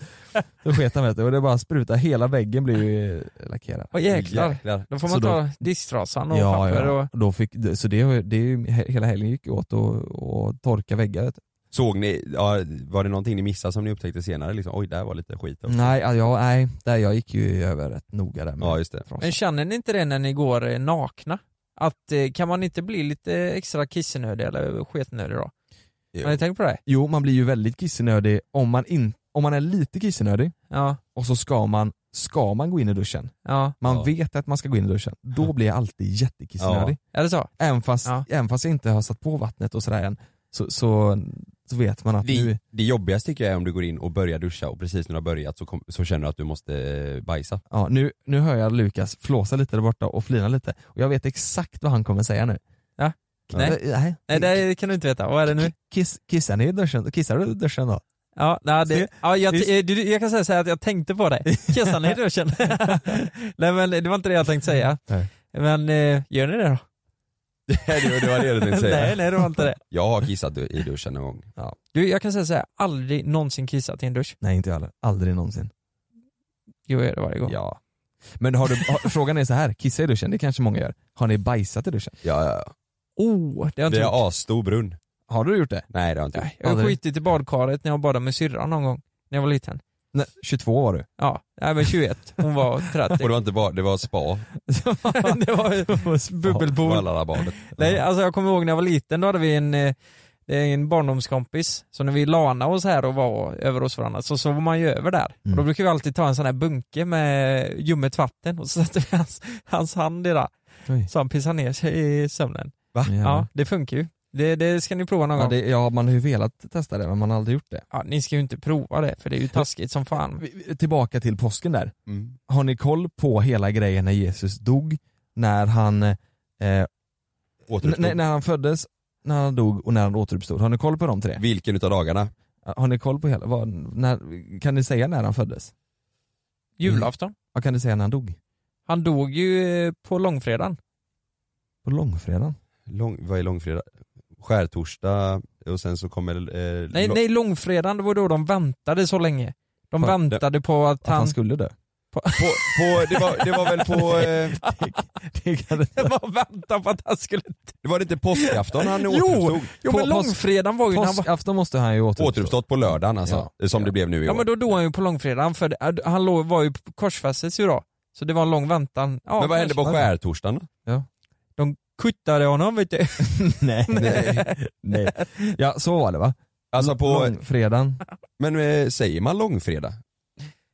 Speaker 8: Då sket han vet du, och det bara sprutar, hela väggen blir ju eh, lackerad.
Speaker 6: Åh jäklar. Då får man
Speaker 8: Så då-
Speaker 6: ta disktrasan och
Speaker 8: ja,
Speaker 6: papper
Speaker 8: ja.
Speaker 6: och...
Speaker 8: Då fick, så det, har ju- det är ju, he- hela helgen gick ju åt och, och torka väggar. vet du.
Speaker 7: Såg ni, ja, var det någonting ni missade som ni upptäckte senare? Liksom, Oj, där var lite skit också.
Speaker 8: Nej, ja, ja, nej där jag gick ju över rätt noga där med
Speaker 7: Ja, just det.
Speaker 8: frossa.
Speaker 6: Men känner ni inte det när ni går eh, nakna? Att eh, kan man inte bli lite extra kissenödig eller sketnödig då? Har ni tänkt på det?
Speaker 8: Jo, man blir ju väldigt kissenödig om man, in, om man är lite kissenödig
Speaker 6: Ja.
Speaker 8: och så ska man, ska man gå in i duschen,
Speaker 6: Ja.
Speaker 8: man
Speaker 6: Ja.
Speaker 8: vet att man ska gå in i duschen, då blir jag alltid jättekissnödig.
Speaker 6: Är det så?
Speaker 8: Även, fast,
Speaker 6: Ja.
Speaker 8: även fast jag inte har satt på vattnet och sådär än, så, så, så vet man att nu,
Speaker 7: Det, det jobbigaste tycker jag är om du går in och börjar duscha och precis när du har börjat så, kom, så känner du att du måste eh, bajsa.
Speaker 8: ja, nu, nu hör jag Lukas flåsa lite där borta och flina lite och jag vet exakt vad han kommer säga nu.
Speaker 6: Ja. Äh, Nej.
Speaker 8: Nej.
Speaker 6: Nej det kan du inte veta, vad är det nu?
Speaker 8: Kiss, kissar ni i duschen? Kissar du i duschen då?
Speaker 6: Ja, nej,
Speaker 8: Se.
Speaker 6: det, ja jag,
Speaker 8: Visst.
Speaker 6: eh, du- jag kan säga så här att jag tänkte på dig. Kissar ni i duschen? nej men det var inte det jag tänkte säga.
Speaker 8: Nej.
Speaker 6: Men eh, gör ni det då?
Speaker 7: det, var- det var det du tänkte säga.
Speaker 6: nej, nej det var inte det.
Speaker 7: Jag har kissat du- i duschen någon gång.
Speaker 6: Du, jag kan säga så här, aldrig någonsin kissat i en dusch.
Speaker 8: Nej inte jag heller, aldrig någonsin.
Speaker 6: Jo, jag gör det varje gång.
Speaker 8: Ja. Men har du, har, frågan är så här, kissa i duschen, det kanske många gör. Har ni bajsat i duschen?
Speaker 7: Ja, ja, ja.
Speaker 6: Oh, det har jag inte
Speaker 7: Vi
Speaker 6: gjort.
Speaker 7: har asstor brunn.
Speaker 8: Har du gjort det?
Speaker 7: Nej det har jag inte gjort.
Speaker 6: Jag har
Speaker 8: Aldrig.
Speaker 6: skitit i badkaret när jag badade med syrran någon gång, när jag var liten.
Speaker 8: Nej, 22 var du.
Speaker 6: Ja, nej men 21, hon var 30.
Speaker 7: Och det var inte bara, det var spa,
Speaker 6: det var ju bubbelpool.
Speaker 7: Valhallabadet.
Speaker 6: Nej, alltså jag kommer ihåg när jag var liten, då hade vi en, eh, en barndomskompis, så när vi lana oss här och var över hos varandra så sov man ju över där.
Speaker 8: Mm.
Speaker 6: Och då brukar vi alltid ta en sån här bunke med ljummet vatten och så sätter vi hans, hans hand i det,
Speaker 8: Oj.
Speaker 6: så han pissar ner sig i sömnen. Ja, det funkar ju. Det, det ska ni prova någon
Speaker 8: Ja,
Speaker 6: gång.
Speaker 8: det, ja, man har ju velat testa det men man har aldrig gjort det.
Speaker 6: Ja, ni ska ju inte prova det, för det är ju taskigt som fan.
Speaker 8: Vi- vi- Tillbaka till påsken där.
Speaker 7: Mm.
Speaker 8: Har ni koll på hela grejen när Jesus dog? När han, eh, n-
Speaker 7: Återuppstod.
Speaker 8: när, när han föddes, när han dog och när han återuppstod. Har ni koll på de tre?
Speaker 7: Vilken utav dagarna?
Speaker 8: Har ni koll på hela, vad, när, kan ni säga när han föddes?
Speaker 6: Julafton.
Speaker 8: Vad kan ni säga när han dog?
Speaker 6: Han dog ju eh, på långfredagen.
Speaker 8: På långfredagen?
Speaker 7: Lång, vad är långfredag? Skärtorsdag och sen så kommer... Eh,
Speaker 6: Nej,
Speaker 7: lo-
Speaker 6: nej långfredagen, det var då de väntade så länge. De
Speaker 8: På-
Speaker 6: väntade på att
Speaker 8: Att han,
Speaker 6: han...
Speaker 8: skulle dö?
Speaker 7: På, på, det, var, det var väl på... Eh,
Speaker 8: Det kan det
Speaker 6: Det var vänta på att han skulle...
Speaker 7: det var det inte påskafton han
Speaker 6: Jo!
Speaker 7: återuppstod?
Speaker 6: Jo
Speaker 8: På-
Speaker 6: men
Speaker 8: påsk-
Speaker 6: långfredagen var ju när han var...
Speaker 8: Påskafton måste han ju återuppstå.
Speaker 7: Återuppstått på lördagen alltså, som det blev nu i
Speaker 6: Ja
Speaker 7: år.
Speaker 6: men då dog han ju på långfredagen för det- äh, han låg, var ju korsfästes ju då. Så det var en lång väntan. Ja,
Speaker 7: men vad hände på
Speaker 6: kanske.
Speaker 7: skärtorsdagen då?
Speaker 6: De kuttade honom vet du.
Speaker 8: Nej. Nej. Nej. Ja så var det va?
Speaker 7: Alltså på,
Speaker 8: Långfredagen.
Speaker 7: men eh, säger man långfredag?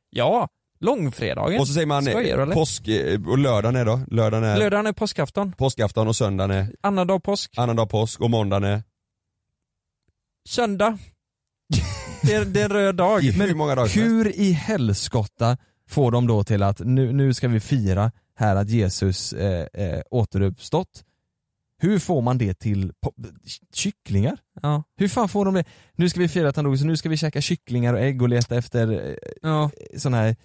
Speaker 6: Ja, långfredagen.
Speaker 7: Och så säger man eh,
Speaker 6: Skojar du, eller?
Speaker 7: påsk, eh, och lördagen är då? Lördagen är
Speaker 6: Lördagen är påskafton,
Speaker 7: påskafton och söndagen är
Speaker 6: annandag påsk,
Speaker 7: annandag påsk och måndagen är...
Speaker 6: söndag. Det är, det är en röd dag.
Speaker 7: hur många dagar som helst.
Speaker 8: Hur i helskotta får de då till att nu, nu ska vi fira här att Jesus eh, eh, återuppstått? Hur får man det till po- kycklingar?
Speaker 6: Ja.
Speaker 8: Hur fan får de det? Nu ska vi fira att han dog så nu ska vi käka kycklingar och ägg och leta efter
Speaker 6: ja,
Speaker 8: eh, sådana här,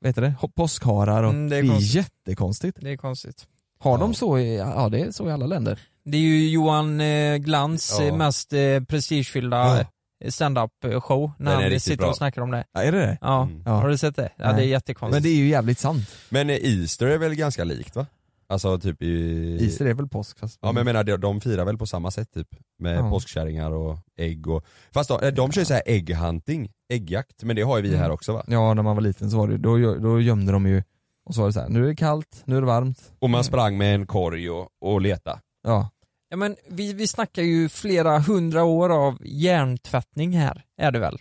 Speaker 8: vad heter det, Ho- påskharar och
Speaker 6: Mm, det
Speaker 8: det
Speaker 6: är
Speaker 8: är,
Speaker 6: konstigt.
Speaker 8: jättekonstigt.
Speaker 6: det är konstigt.
Speaker 8: Har de
Speaker 7: Ja.
Speaker 8: så i, ja det är så i alla länder.
Speaker 6: Det är ju Johan eh, Glans
Speaker 7: Ja.
Speaker 6: eh, mest eh, prestigefyllda stand-up eh, show
Speaker 7: Den
Speaker 6: när
Speaker 7: är
Speaker 6: han
Speaker 7: riktigt
Speaker 6: sitter
Speaker 7: bra.
Speaker 6: och snackar om det.
Speaker 8: Ja, är det det?
Speaker 6: Ja,
Speaker 7: Mm.
Speaker 8: Ja.
Speaker 6: har du sett det? Ja,
Speaker 8: Nej.
Speaker 6: det är
Speaker 8: Men
Speaker 6: jättekonstigt.
Speaker 8: det är ju jävligt sant.
Speaker 7: Men eh, Easter är väl ganska likt va? Alltså typ i...
Speaker 8: Easter är väl påsk fast...
Speaker 7: Ja men jag menar de- de firar väl på samma sätt typ med
Speaker 8: Ja.
Speaker 7: påskkärringar och ägg och Fast de, eh, de kör ju såhär ägghunting, äggjakt, men det har ju vi
Speaker 8: Mm.
Speaker 7: här också va?
Speaker 8: Ja, när man var liten så var det, då, gö- då gömde de ju och så var det så här, nu är det kallt, nu är det varmt.
Speaker 7: Och man sprang med en korg och, och leta
Speaker 8: Ja,
Speaker 6: Ja, men vi, vi snackar ju flera hundra år av hjärntvättning här, är det väl?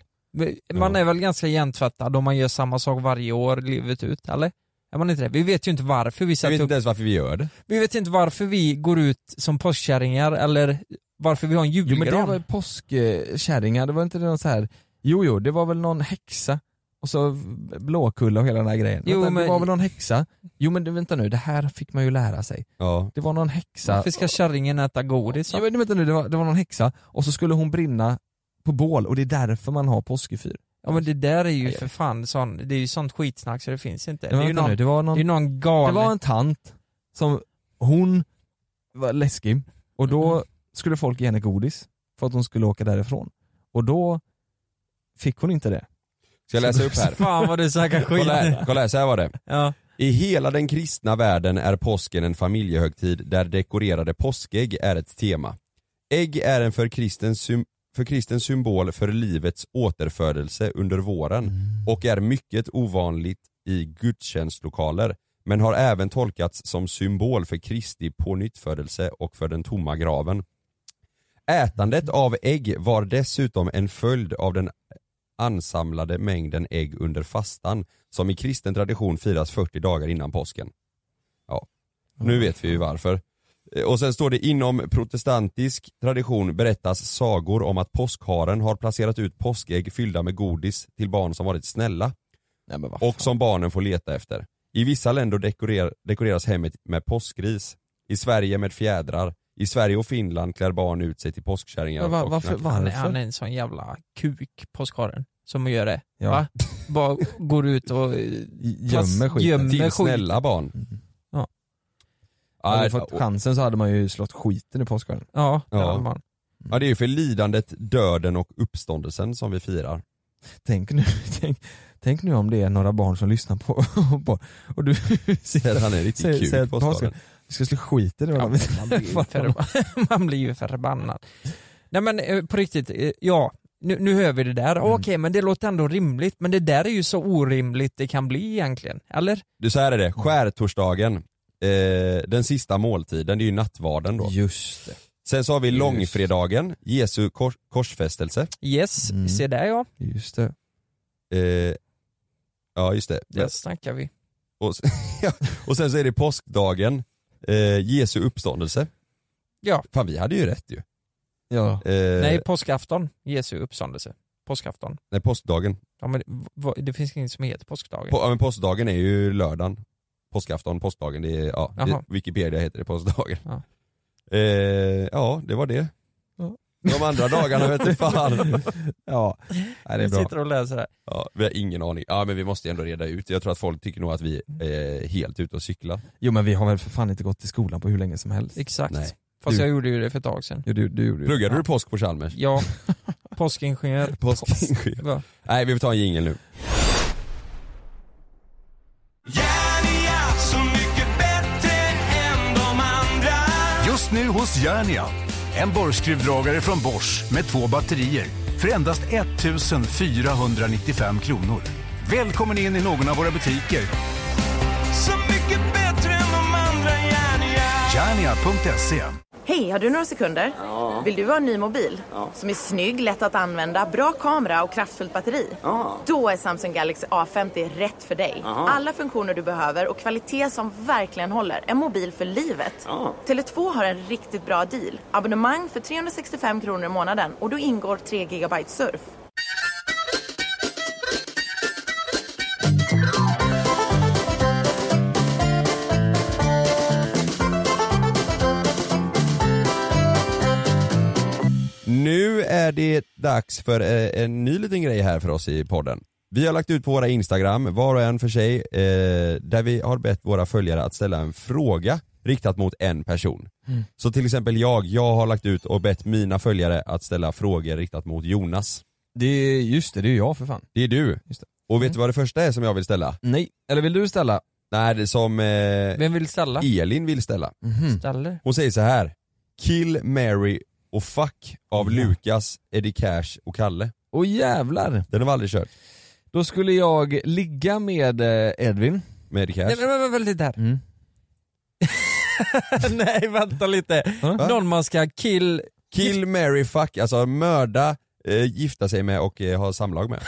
Speaker 6: Man
Speaker 7: Ja.
Speaker 6: är väl ganska hjärntvättad om man gör samma sak varje år livet ut, eller? Är man inte det? Vi vet ju inte varför vi
Speaker 7: Jag vet
Speaker 6: sätter upp...
Speaker 7: inte ens varför vi gör det
Speaker 6: Vi vet inte varför vi går ut som påskkärringar eller varför vi har en
Speaker 8: jo men det
Speaker 6: julgran.
Speaker 8: var ju påskkärringar, det var inte någon så här, jo jo, det var väl någon häxa och så Blåkulla och hela den här grejen.
Speaker 6: Jo,
Speaker 8: vänta,
Speaker 6: men-
Speaker 8: Det var väl någon häxa? Jo men du, vänta nu, det här fick man ju lära sig.
Speaker 7: Ja,
Speaker 8: Det var någon häxa.
Speaker 6: Varför ska kärringen äta godis?
Speaker 8: Jo, men vänta nu, det var, det var någon häxa och så skulle hon brinna på bål och det är därför man har påskefyr.
Speaker 6: Ja men det där är ju för fan sån, det är ju sånt skitsnack så det finns inte. Det
Speaker 8: Men
Speaker 6: är ju
Speaker 8: vänta
Speaker 6: någon,
Speaker 8: nu, det var
Speaker 6: det
Speaker 8: någon
Speaker 6: är ju någon galen...
Speaker 8: Det var en tant som, hon var läskig och då
Speaker 6: Mm.
Speaker 8: skulle folk ge henne godis för att hon skulle åka därifrån. Och då fick hon inte det.
Speaker 7: ska jag läsa upp här?
Speaker 6: Fan vad du snackar skit.
Speaker 7: Kolla här, kolla här, så här var det
Speaker 6: Ja.
Speaker 7: I hela den kristna världen är påsken en familjehögtid där dekorerade påskägg är ett tema. Ägg är en för kristen, sym- för kristen symbol för livets återfödelse under våren och är mycket ovanligt i gudstjänstlokaler men har även tolkats som symbol för Kristi pånyttfödelse och för den tomma graven. Ätandet av ägg var dessutom en följd av den ansamlade mängden ägg under fastan som i kristen tradition firas 40 dagar innan påsken. Ja, nu vet vi ju varför. Eh, Och sen står det inom protestantisk tradition berättas sagor om att påskharen har placerat ut påskägg fyllda med godis till barn som varit snälla och som barnen får leta efter. I vissa länder dekorer- dekoreras hemmet med påskris, i Sverige med fjädrar, i Sverige och Finland klär barn ut sig till påskkärringar.
Speaker 6: Men va-
Speaker 7: och
Speaker 6: varför,
Speaker 7: knackar.
Speaker 6: Han, är, han är en sån jävla kuk, påskharen, som gör det.
Speaker 7: Ja.
Speaker 6: Va? Bara går ut och eh, pass- gömmer
Speaker 7: Till
Speaker 6: skiten. Mm.
Speaker 7: snälla barn.
Speaker 6: Ja.
Speaker 8: Hade
Speaker 7: Nej,
Speaker 8: vi fått
Speaker 7: och-
Speaker 8: chansen så hade man ju slått skiten i påskaren.
Speaker 6: Ja,
Speaker 7: Ja. ja, det är ju för lidandet, döden och uppståndelsen som vi firar.
Speaker 8: Tänk nu, tänk, tänk nu om det är några barn som lyssnar på, på och du sitter
Speaker 7: att han är riktigt
Speaker 8: säger-
Speaker 7: kul,
Speaker 8: säger att
Speaker 7: påstår
Speaker 8: påskaren-
Speaker 7: han.
Speaker 8: Vi ska slå skiten i
Speaker 6: Ja,
Speaker 8: varandra.
Speaker 6: men man, blir ju förba- man blir ju förbannad. Nej men eh, på riktigt, eh, ja, nu, nu hör vi det där. Okej, men det låter ändå rimligt, men det där är ju så orimligt det kan bli egentligen, eller?
Speaker 7: Du, så här är det, skärtorsdagen, eh, den sista måltiden, det är ju nattvarden då.
Speaker 8: Just det.
Speaker 7: Sen så har vi
Speaker 8: Just.
Speaker 7: långfredagen, Jesu kors, korsfästelse.
Speaker 6: Yes,
Speaker 8: Mm.
Speaker 6: se där ja.
Speaker 8: Just det.
Speaker 7: Eh, ja, just det.
Speaker 6: Där snackar
Speaker 8: Eh.
Speaker 6: vi.
Speaker 7: Och, s- ja, och sen så är det påskdagen, eh, Jesu uppståndelse.
Speaker 6: Ja.
Speaker 7: Fan, vi hade ju rätt ju.
Speaker 8: Ja.
Speaker 7: Eh,
Speaker 6: Nej,
Speaker 7: nej.
Speaker 6: påskafton, Jesu uppståndelse. Påskafton.
Speaker 7: påskdagen.
Speaker 6: Ja, men, vad- det finns inget som heter påskdagen.
Speaker 7: På, ja, men påskdagen är ju lördagen. Påskafton, påskdagen, det är, ja,
Speaker 6: Jaha.
Speaker 7: det, Wikipedia heter det, påskdagen.
Speaker 6: Ja.
Speaker 7: Eh, ja, det var det. De andra dagarna vete fan.
Speaker 8: ja, nej, det är
Speaker 6: Vi
Speaker 8: bra.
Speaker 6: sitter och läser här.
Speaker 7: Ja, vi har ingen aning. Ja men vi måste ändå reda ut. Jag tror att folk tycker nog att vi är helt ute och cyklar.
Speaker 8: Jo men vi har väl för fan inte gått till skolan på hur länge som helst.
Speaker 6: Exakt.
Speaker 7: Nej.
Speaker 6: Fast
Speaker 8: Du-
Speaker 6: jag gjorde ju det för ett tag sedan.
Speaker 8: Jo, du, du gjorde ju
Speaker 7: Pluggade du påsk på Chalmers?
Speaker 6: Ja, påskingenjör.
Speaker 7: Påskingenjör.
Speaker 6: Va?
Speaker 7: Nej vi får ta en jingel nu.
Speaker 9: Just nu hos Järnia. En borrskruvdragare från Bosch med två batterier för endast 1495 kronor. Välkommen in i någon av våra butiker. Så mycket bättre än de andra Järnia.se
Speaker 10: Hej, har du några sekunder? Vill du ha en ny mobil? Som är snygg, lätt att använda, bra kamera och kraftfullt batteri? Då är Samsung Galaxy A50 rätt för dig. Alla funktioner du behöver och kvalitet som verkligen håller. En mobil för livet. Tele2 har en riktigt bra deal. Abonnemang för 365 kronor i månaden och då ingår 3 GB surf.
Speaker 7: Nu är det dags för eh, en ny liten grej här för oss i podden. Vi har lagt ut på våra Instagram, var och en för sig, eh, där vi har bett våra följare att ställa en fråga riktat mot en person.
Speaker 8: Mm.
Speaker 7: Så till exempel jag, jag har lagt ut och bett mina följare att ställa frågor riktat mot Jonas.
Speaker 8: Det är, just det, det är ju jag för fan.
Speaker 7: Det är du. Och vet du vad det första är som jag vill ställa?
Speaker 8: Nej, eller vill du ställa?
Speaker 7: Nej, det är som eh,
Speaker 6: Vem vill ställa?
Speaker 7: Elin vill ställa.
Speaker 8: Mm.
Speaker 6: Ställer?
Speaker 7: Hon säger så här. Kill, Mary och fuck av Lukas, Eddie Cash och Kalle.
Speaker 8: Åh jävlar!
Speaker 7: Den har vi aldrig kört.
Speaker 8: Då skulle jag ligga med eh, Edvin.
Speaker 7: Med Eddie Cash.
Speaker 6: Nej, men, men, men, lite där.
Speaker 8: Mm.
Speaker 6: Nej, vänta lite. Någon man ska kill...
Speaker 7: Kill, Mary, fuck, alltså mörda, eh, gifta sig med och eh, ha samlag med.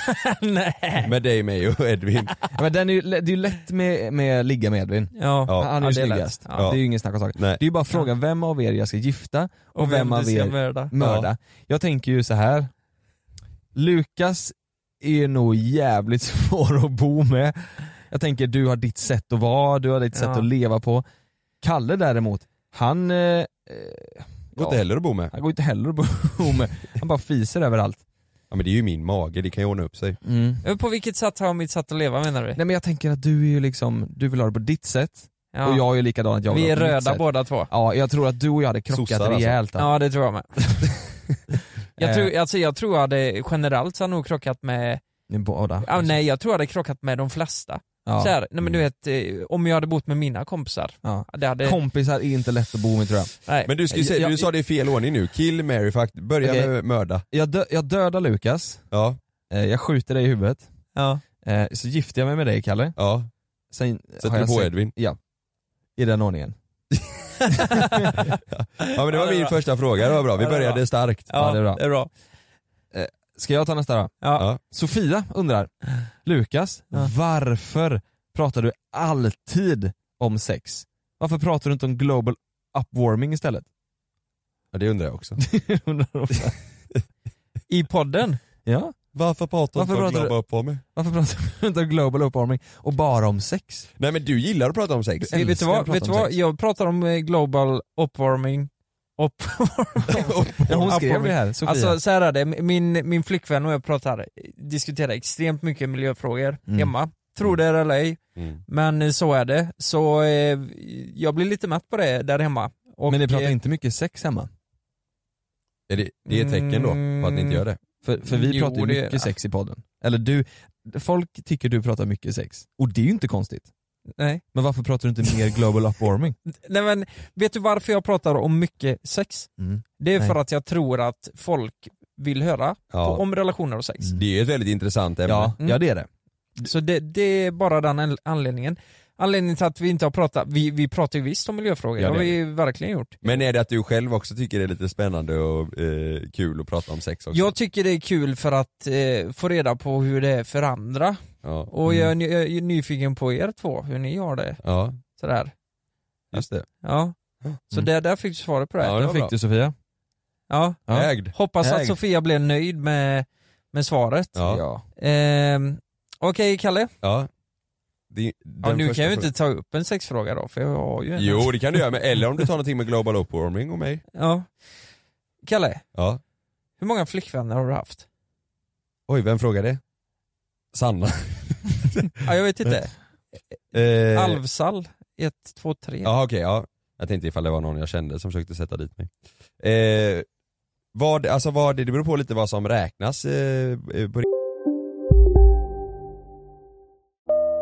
Speaker 6: Nej.
Speaker 7: Med dig, mig och Edvin.
Speaker 8: Ja, men den är ju, det är ju lätt med, med ligga med Edvin.
Speaker 6: Ja.
Speaker 7: Ja.
Speaker 8: Han är ju
Speaker 6: Ja, det är lätt.
Speaker 8: snyggast.
Speaker 6: Ja.
Speaker 8: Det är ju ingen snack om saken.
Speaker 7: Nej.
Speaker 8: Det är ju bara frågan vem av er jag ska gifta och,
Speaker 6: Och
Speaker 8: vem,
Speaker 6: vem
Speaker 8: av
Speaker 6: du ska
Speaker 8: er
Speaker 6: mörda.
Speaker 8: mörda. Jag tänker ju så här. Lukas är nog jävligt svår att bo med. Jag tänker du har ditt sätt att vara, du har ditt sätt
Speaker 6: Ja.
Speaker 8: att leva på. Kalle däremot, han... Eh, eh,
Speaker 7: Går
Speaker 8: ja,
Speaker 7: inte heller att bo med.
Speaker 8: Han går inte heller att bo med. Han bara fiser överallt.
Speaker 7: Ja men det är ju min mage, det kan ju ordna upp sig.
Speaker 8: Mm.
Speaker 6: Men På vilket sätt har mitt sätt att leva menar du?
Speaker 8: Nej men jag tänker att du är ju liksom, du vill ha det på ditt sätt
Speaker 6: Ja.
Speaker 8: och jag är ju likadan att jag vill
Speaker 6: Vi är
Speaker 8: ha det på mitt
Speaker 6: röda
Speaker 8: sätt.
Speaker 6: båda två.
Speaker 8: Ja, jag tror att du och jag hade krockat
Speaker 7: Sossar, alltså.
Speaker 8: rejält. Alltså.
Speaker 6: Ja det tror jag med. jag,
Speaker 8: Eh.
Speaker 6: tror, alltså, jag tror jag hade generellt så hade jag nog krockat med,
Speaker 8: Ni båda.
Speaker 6: ah, nej jag tror jag hade krockat med de flesta.
Speaker 8: Alltså- Ja. Mm.
Speaker 6: Så här, nej men du vet, eh, om jag hade bott med mina kompisar.
Speaker 8: Ja.
Speaker 6: Det hade,
Speaker 8: Kompisar är inte lätt att bo med tror jag.
Speaker 6: nej.
Speaker 7: Men du, ska ju säga,
Speaker 8: Jag-
Speaker 7: du sa det i fel ordning nu. Kill, Mary, fuck, börja
Speaker 8: Okej.
Speaker 7: med mörda.
Speaker 8: Jag, dö- jag dödar Lukas,
Speaker 7: Ja,
Speaker 8: eh, jag skjuter dig i huvudet,
Speaker 6: ja.
Speaker 8: eh, så gifter jag mig med dig Kalle.
Speaker 7: ja.
Speaker 8: Sen
Speaker 7: Sätter
Speaker 8: har
Speaker 7: du
Speaker 8: jag
Speaker 7: på
Speaker 8: sex-
Speaker 7: Edvin?
Speaker 8: Ja. I den ordningen.
Speaker 7: Ja men det
Speaker 6: Ja,
Speaker 7: var
Speaker 6: det är
Speaker 7: min
Speaker 6: bra.
Speaker 7: första fråga, det var bra. Vi
Speaker 6: Ja, det är bra.
Speaker 7: började starkt.
Speaker 6: Ja,
Speaker 8: det är bra.
Speaker 6: Det är bra.
Speaker 8: Ska jag ta nästa då?
Speaker 7: Ja.
Speaker 8: Sofia undrar, Lukas, varför pratar du alltid om sex? Varför pratar du inte om global upwarming istället?
Speaker 7: Ja, det undrar jag också.
Speaker 6: I podden?
Speaker 8: Ja.
Speaker 7: Varför pratar
Speaker 8: Varför pratar du-
Speaker 7: upp på mig?
Speaker 8: Varför pratar du inte om global upwarming och bara om sex?
Speaker 7: Nej men du gillar att prata om sex.
Speaker 8: Du
Speaker 6: Vet du
Speaker 8: älskar att
Speaker 6: vad?
Speaker 8: prata
Speaker 6: Vet du
Speaker 8: om
Speaker 6: vad?
Speaker 8: sex.
Speaker 6: Jag pratar om eh, global upwarming. Upp-
Speaker 8: Ja, hon skrev det här, Sofia.
Speaker 6: Alltså så här är det, min, min flickvän och jag pratar, diskuterar extremt mycket miljöfrågor
Speaker 8: Mm.
Speaker 6: hemma. Tror det eller ej,
Speaker 7: Mm.
Speaker 6: men eh, så är det. Så eh, jag blir lite mätt på det där hemma. Och,
Speaker 8: Men ni pratar
Speaker 6: eh,
Speaker 8: inte mycket sex hemma?
Speaker 7: Är det, det är ett tecken då på att ni inte gör det.
Speaker 8: För, för vi
Speaker 6: Jo,
Speaker 8: pratar ju
Speaker 6: det är
Speaker 8: mycket
Speaker 6: det.
Speaker 8: sex i podden. Eller du, folk tycker du pratar mycket sex. Och det är ju inte konstigt.
Speaker 6: Nej.
Speaker 8: Men varför pratar du inte mer global upwarming?
Speaker 6: Nej men, vet du varför jag pratar om mycket sex?
Speaker 8: Mm.
Speaker 6: Det är
Speaker 8: Nej.
Speaker 6: för att jag tror att folk vill höra
Speaker 7: Ja.
Speaker 6: på, om relationer och
Speaker 8: Mm.
Speaker 6: sex.
Speaker 7: Det är ju ett väldigt intressant ämne.
Speaker 8: Ja,
Speaker 6: Mm.
Speaker 8: ja det är det.
Speaker 6: Så det, det är bara den an- anledningen. Anledningen till att vi inte har pratat, vi, vi pratar ju visst om miljöfrågor,
Speaker 7: Ja,
Speaker 6: det har
Speaker 7: det
Speaker 6: vi verkligen gjort.
Speaker 7: Men är det att du själv också tycker det är lite spännande och eh, kul att prata om sex också?
Speaker 6: Jag tycker det är kul för att eh, få reda på hur det är för andra.
Speaker 7: Ja. Mm.
Speaker 6: Och eh, jag, är ny- jag är nyfiken på er två, hur ni har det.
Speaker 7: ja,
Speaker 6: Sådär.
Speaker 7: just det.
Speaker 6: Ja. Så
Speaker 8: Mm.
Speaker 6: där, där fick du svaret på det.
Speaker 7: Ja, det
Speaker 8: Den
Speaker 7: var
Speaker 8: fick
Speaker 7: bra.
Speaker 8: du Sofia.
Speaker 6: Ja.
Speaker 8: Ja.
Speaker 7: Ägd.
Speaker 6: Hoppas att
Speaker 8: Ägd.
Speaker 6: Sofia blev nöjd med, med svaret.
Speaker 7: Ja.
Speaker 8: Ja.
Speaker 6: Ehm, Okej Kalle,
Speaker 7: ja. Det-
Speaker 6: ja,
Speaker 7: den
Speaker 6: nu
Speaker 7: första
Speaker 6: kan jag ju
Speaker 7: frågan.
Speaker 6: inte ta upp en sexfråga då, för jag har ju en.
Speaker 7: Jo det kan du göra, men, eller om du tar någonting med global upwarming och mig.
Speaker 6: Ja. Kalle,
Speaker 7: Ja.
Speaker 6: hur många flickvänner har du haft?
Speaker 7: Oj, vem frågar det? Sanna.
Speaker 6: Ja, jag vet inte.
Speaker 7: Eh,
Speaker 6: Alvsall, 1, 2, 3.
Speaker 7: Ja okej, ja. Jag tänkte ifall det var någon jag kände som försökte sätta dit mig. Eh, vad, alltså vad, det beror på lite vad som räknas eh, på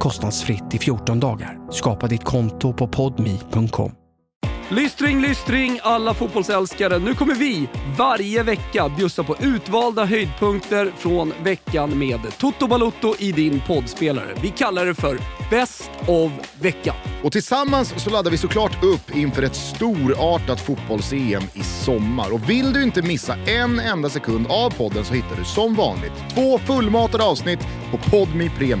Speaker 11: kostnadsfritt i 14 dagar. Skapa ditt konto på podmi.com.
Speaker 12: Lystring, lystring alla fotbollsälskare. Nu kommer vi varje vecka bjussa på utvalda höjdpunkter från veckan med Toto Balotto i din poddspelare. Vi kallar det för Best of veckan.
Speaker 13: Och tillsammans så laddar vi såklart upp inför ett storartat fotbolls-EM i sommar. Och vill du inte missa en enda sekund av podden så hittar du som vanligt två fullmatade avsnitt på Podmi Premium.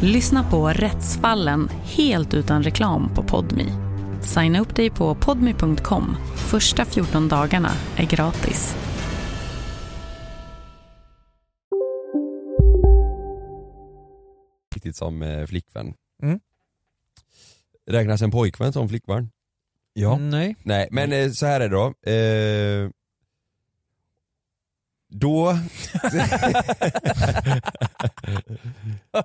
Speaker 14: Lyssna på Rättsfallen helt utan reklam på Podmi. Signa upp dig på podmi.com. Första 14 dagarna är gratis.
Speaker 7: riktigt som eh, flickvän.
Speaker 6: Mm.
Speaker 7: Räknas en pojkvän som flickvän?
Speaker 8: Ja.
Speaker 6: Nej.
Speaker 7: Nej men eh, så här är det då. Eh, då...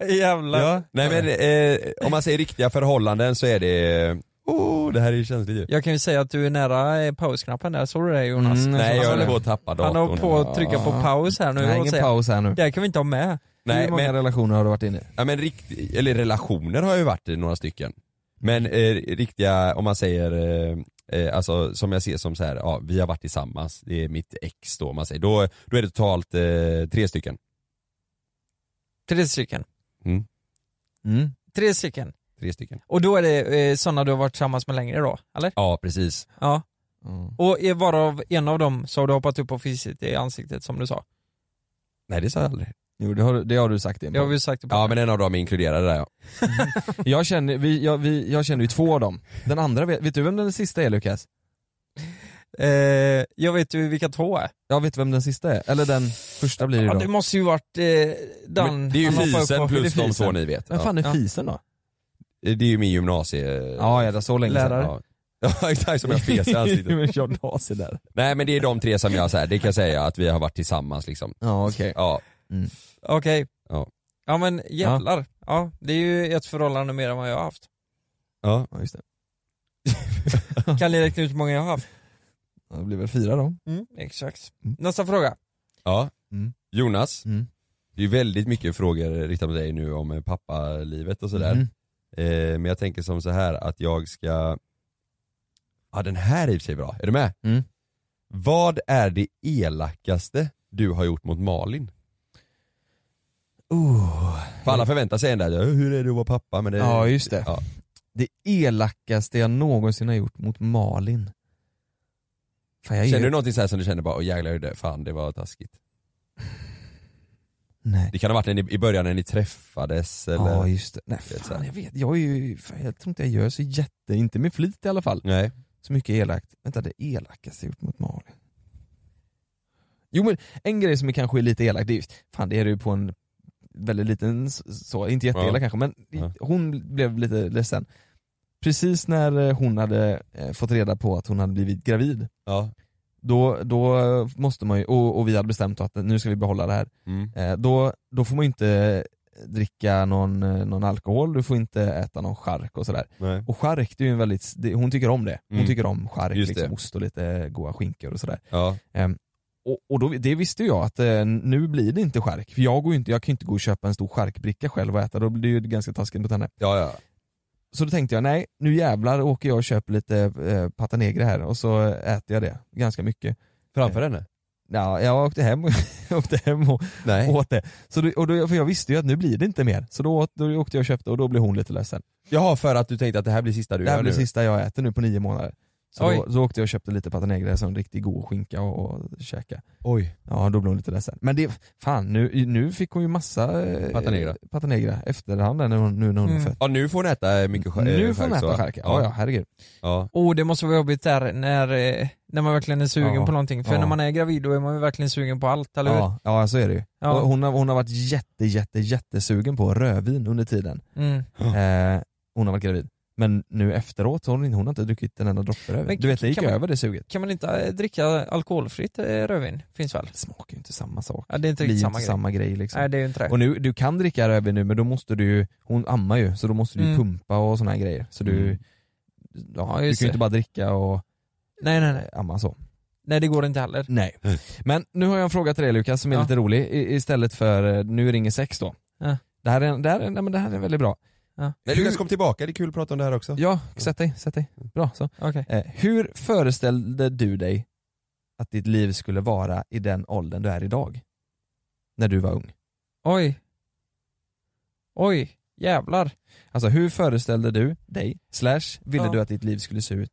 Speaker 6: Jävlar.
Speaker 7: Ja, nej men eh, om man säger riktiga förhållanden så är det, oh det här är ju känsligt ju.
Speaker 6: Jag kan ju säga att du är nära eh, pausknappen där, såg du det Jonas?
Speaker 7: Mm, Nej, jag
Speaker 6: Han
Speaker 7: håller
Speaker 6: håller-
Speaker 7: på att tappa datorn.
Speaker 6: Han håller på att trycka på
Speaker 7: Ja.
Speaker 6: paus här nu
Speaker 8: Nej,
Speaker 6: och
Speaker 8: ingen
Speaker 6: säga,
Speaker 8: paus här nu.
Speaker 6: Det här kan vi inte ha med.
Speaker 7: Nej,
Speaker 8: Hur många
Speaker 7: men-
Speaker 8: relationer har du varit inne i?
Speaker 7: Ja men rikt, eller relationer har jag ju varit i några stycken. Men eh, riktiga, om man säger, eh, eh, alltså som jag ser som så här, ja vi har varit tillsammans, det är mitt ex då om man säger. Då, då är det totalt eh, tre stycken.
Speaker 6: Tre stycken.
Speaker 7: Mm.
Speaker 6: Tre stycken.
Speaker 7: Tre stycken.
Speaker 6: Och då är det eh, sådana du har varit tillsammans med längre då, eller?
Speaker 7: Ja precis.
Speaker 6: Ja. Och är varav en av dem så har du hoppat upp och fisit i ansiktet som du sa.
Speaker 7: Nej det sa jag aldrig.
Speaker 8: Jo det har, du- det har du sagt i en
Speaker 6: Det har
Speaker 8: podd.
Speaker 6: vi sagt i
Speaker 7: Ja men en av dem är inkluderad där ja.
Speaker 8: Jag känner, vi, jag, vi, jag känner ju två av dem. Den andra, vet, vet du vem den sista är Lukas?
Speaker 6: Eh, jag vet ju vilka två är.
Speaker 8: Jag vet vem den sista är, eller den första blir det
Speaker 6: Ja,
Speaker 8: då.
Speaker 6: det måste ju varit eh, den...
Speaker 7: Men det är ju
Speaker 6: han hoppade upp
Speaker 7: Fisen
Speaker 6: på-
Speaker 7: plus
Speaker 6: det är
Speaker 7: de
Speaker 6: Fisen.
Speaker 7: två ni vet.
Speaker 8: Vem fan är Fisen då?
Speaker 7: Det är ju min gymnasie...
Speaker 8: Ja, ja, det är så länge
Speaker 7: Lärare.
Speaker 8: sedan.
Speaker 7: Ja, exakt som jag fes i ansiktet.
Speaker 8: Men jag naser där.
Speaker 7: Nej men det är de tre som jag säger, det kan jag säga att vi har varit tillsammans liksom.
Speaker 8: Ja, okej.
Speaker 7: Ja.
Speaker 6: Okej.
Speaker 7: Ja.
Speaker 6: Ja men jävlar. Ja. det är ju ett förhållande mer än vad jag har haft.
Speaker 7: Ja.
Speaker 8: Ja, just det.
Speaker 6: Kan ni räkna ut hur många jag har haft?
Speaker 8: Ja, Det blir väl fyra då.
Speaker 6: Mm, exakt. Nästa fråga.
Speaker 7: Ja.
Speaker 8: Mm.
Speaker 7: Jonas,
Speaker 8: Mm.
Speaker 7: det är ju väldigt mycket frågor riktat mot dig nu om eh, pappalivet och sådär.
Speaker 8: Mm.
Speaker 7: Eh, men jag tänker som så här att jag ska... Ja den här är i och för sig bra, är du med?
Speaker 8: Mm.
Speaker 7: Vad är det elakaste du har gjort mot Malin? För alla förväntar sig en där, "Ja, hur är det att vara pappa? Men det,
Speaker 8: Oh. Ja, just det.
Speaker 7: Ja.
Speaker 8: Det elakaste jag någonsin har gjort mot Malin. Fan, jag är-
Speaker 7: Känner du någonting så här som du känner bara, åh jävlar jag gjorde det, fan det var taskigt?
Speaker 8: Nej.
Speaker 7: Det kan ha varit en i i början när ni träffades eller?
Speaker 8: Ja just det. Nej
Speaker 7: Du vet, så
Speaker 8: fan
Speaker 7: här.
Speaker 8: jag vet, jag är ju, fan, jag tror inte jag gör så jätte, inte med flit i alla fall.
Speaker 7: Nej.
Speaker 8: Så mycket elakt. Vänta det elakaste jag gjort mot Malin. Jo men en grej som kanske är lite elak, det är ju, fan det är ju på en väldigt liten s- så, inte jätteelak
Speaker 7: Ja.
Speaker 8: kanske men
Speaker 7: Ja.
Speaker 8: hon blev lite ledsen. Precis när eh, hon hade eh, fått reda på att hon hade blivit gravid,
Speaker 7: Ja.
Speaker 8: då, då eh, måste man ju, och, och vi hade bestämt att nu ska vi behålla det här.
Speaker 7: Mm.
Speaker 8: Eh, då, då får man ju inte dricka någon, eh, någon alkohol, du får inte äta någon chark och sådär.
Speaker 7: Nej.
Speaker 8: Och chark, det är ju en väldigt, det, hon tycker om det. Hon
Speaker 7: Mm.
Speaker 8: tycker om chark,
Speaker 7: Just
Speaker 8: liksom,
Speaker 7: det.
Speaker 8: ost och lite goda skinkor och sådär.
Speaker 7: Ja.
Speaker 8: Ehm, och och då, det visste ju jag att eh, nu blir det inte chark, för jag, går ju inte, jag kan ju inte gå och köpa en stor charkbricka själv och äta, då blir det ju ganska taskigt mot henne.
Speaker 7: Ja, ja.
Speaker 8: Så då tänkte jag, nej nu jävlar åker jag och köper lite eh, pata negra här och så äter jag det ganska mycket.
Speaker 7: Framför henne?
Speaker 8: Ja, jag åkte hem, jag åkte hem och
Speaker 7: Nej.
Speaker 8: åt det. Så då, och då, för jag visste ju att nu blir det inte mer. Så då, åt- då åkte jag och köpte och då blev hon lite ledsen.
Speaker 7: Jaha, för att du tänkte att det här blir sista du
Speaker 8: det här
Speaker 7: gör
Speaker 8: blir
Speaker 7: nu?
Speaker 8: sista jag äter nu på nio månader. Så
Speaker 7: Oj.
Speaker 8: då, då åkte jag och köpte lite pata negra, som riktigt god skinka och, och käka.
Speaker 7: Oj.
Speaker 8: Ja, då blev hon lite ledsen. Men det, fan nu, nu fick hon ju massa eh,
Speaker 7: Pata negra.
Speaker 8: pata negra efterhand där när hon, nu när hon
Speaker 6: Mm.
Speaker 8: är född.
Speaker 7: Ja nu får hon äta eh, mycket skär,
Speaker 8: Nu får hon äta skärk, ja ja herregud.
Speaker 7: ja.
Speaker 6: Oh, det måste vara jobbigt där när, eh, när man verkligen är sugen
Speaker 8: Ja.
Speaker 6: på någonting. För
Speaker 8: Ja.
Speaker 6: när man är gravid då är man ju verkligen sugen på allt, eller hur?
Speaker 8: Ja, ja så är det ju.
Speaker 6: Ja.
Speaker 8: Och Hon, har, hon har varit jätte, jätte, jättesugen på rödvin under tiden.
Speaker 6: Mm.
Speaker 8: Eh, hon har varit gravid. Men nu efteråt, så har hon, inte- hon har inte druckit en enda droppe rödvin.
Speaker 6: Men
Speaker 8: Du vet det gick
Speaker 6: kan man-
Speaker 8: över det suget.
Speaker 6: Kan man inte eh, dricka alkoholfritt eh, rödvin? Finns väl?
Speaker 8: Det smakar ju inte samma sak.
Speaker 6: Ja, det är inte
Speaker 8: Det blir
Speaker 6: riktigt
Speaker 8: ju
Speaker 6: samma
Speaker 8: inte
Speaker 6: grej.
Speaker 8: samma grej liksom.
Speaker 6: Nej, det är ju inte det.
Speaker 8: Och nu, du kan dricka rödvin nu men då måste du ju, hon ammar ju så då måste du ju
Speaker 6: Mm.
Speaker 8: pumpa och såna här grejer. Så du,
Speaker 6: Mm.
Speaker 8: ja, du
Speaker 6: just
Speaker 8: kan ju
Speaker 6: det.
Speaker 8: inte bara dricka och
Speaker 6: Nej, nej, nej.
Speaker 8: amma så.
Speaker 6: Nej, det går inte heller.
Speaker 8: Nej. Men nu har jag en fråga till dig Lukas som är
Speaker 6: Ja.
Speaker 8: lite rolig I, istället för eh, nu ringer sex då.
Speaker 6: Ja.
Speaker 8: Det, här är, en- det, här är, nej, men det här är väldigt bra.
Speaker 6: Ja.
Speaker 7: Nej Lukas kom tillbaka, det är kul att prata om det här också.
Speaker 8: Ja, sätt dig, sätt dig. Bra så.
Speaker 6: Okej.
Speaker 8: Eh, hur föreställde du dig att ditt liv skulle vara i den åldern du är idag? När du var ung.
Speaker 6: Oj. Oj, jävlar.
Speaker 8: Alltså hur föreställde du dig, slash ville
Speaker 6: Ja.
Speaker 8: du att ditt liv skulle se ut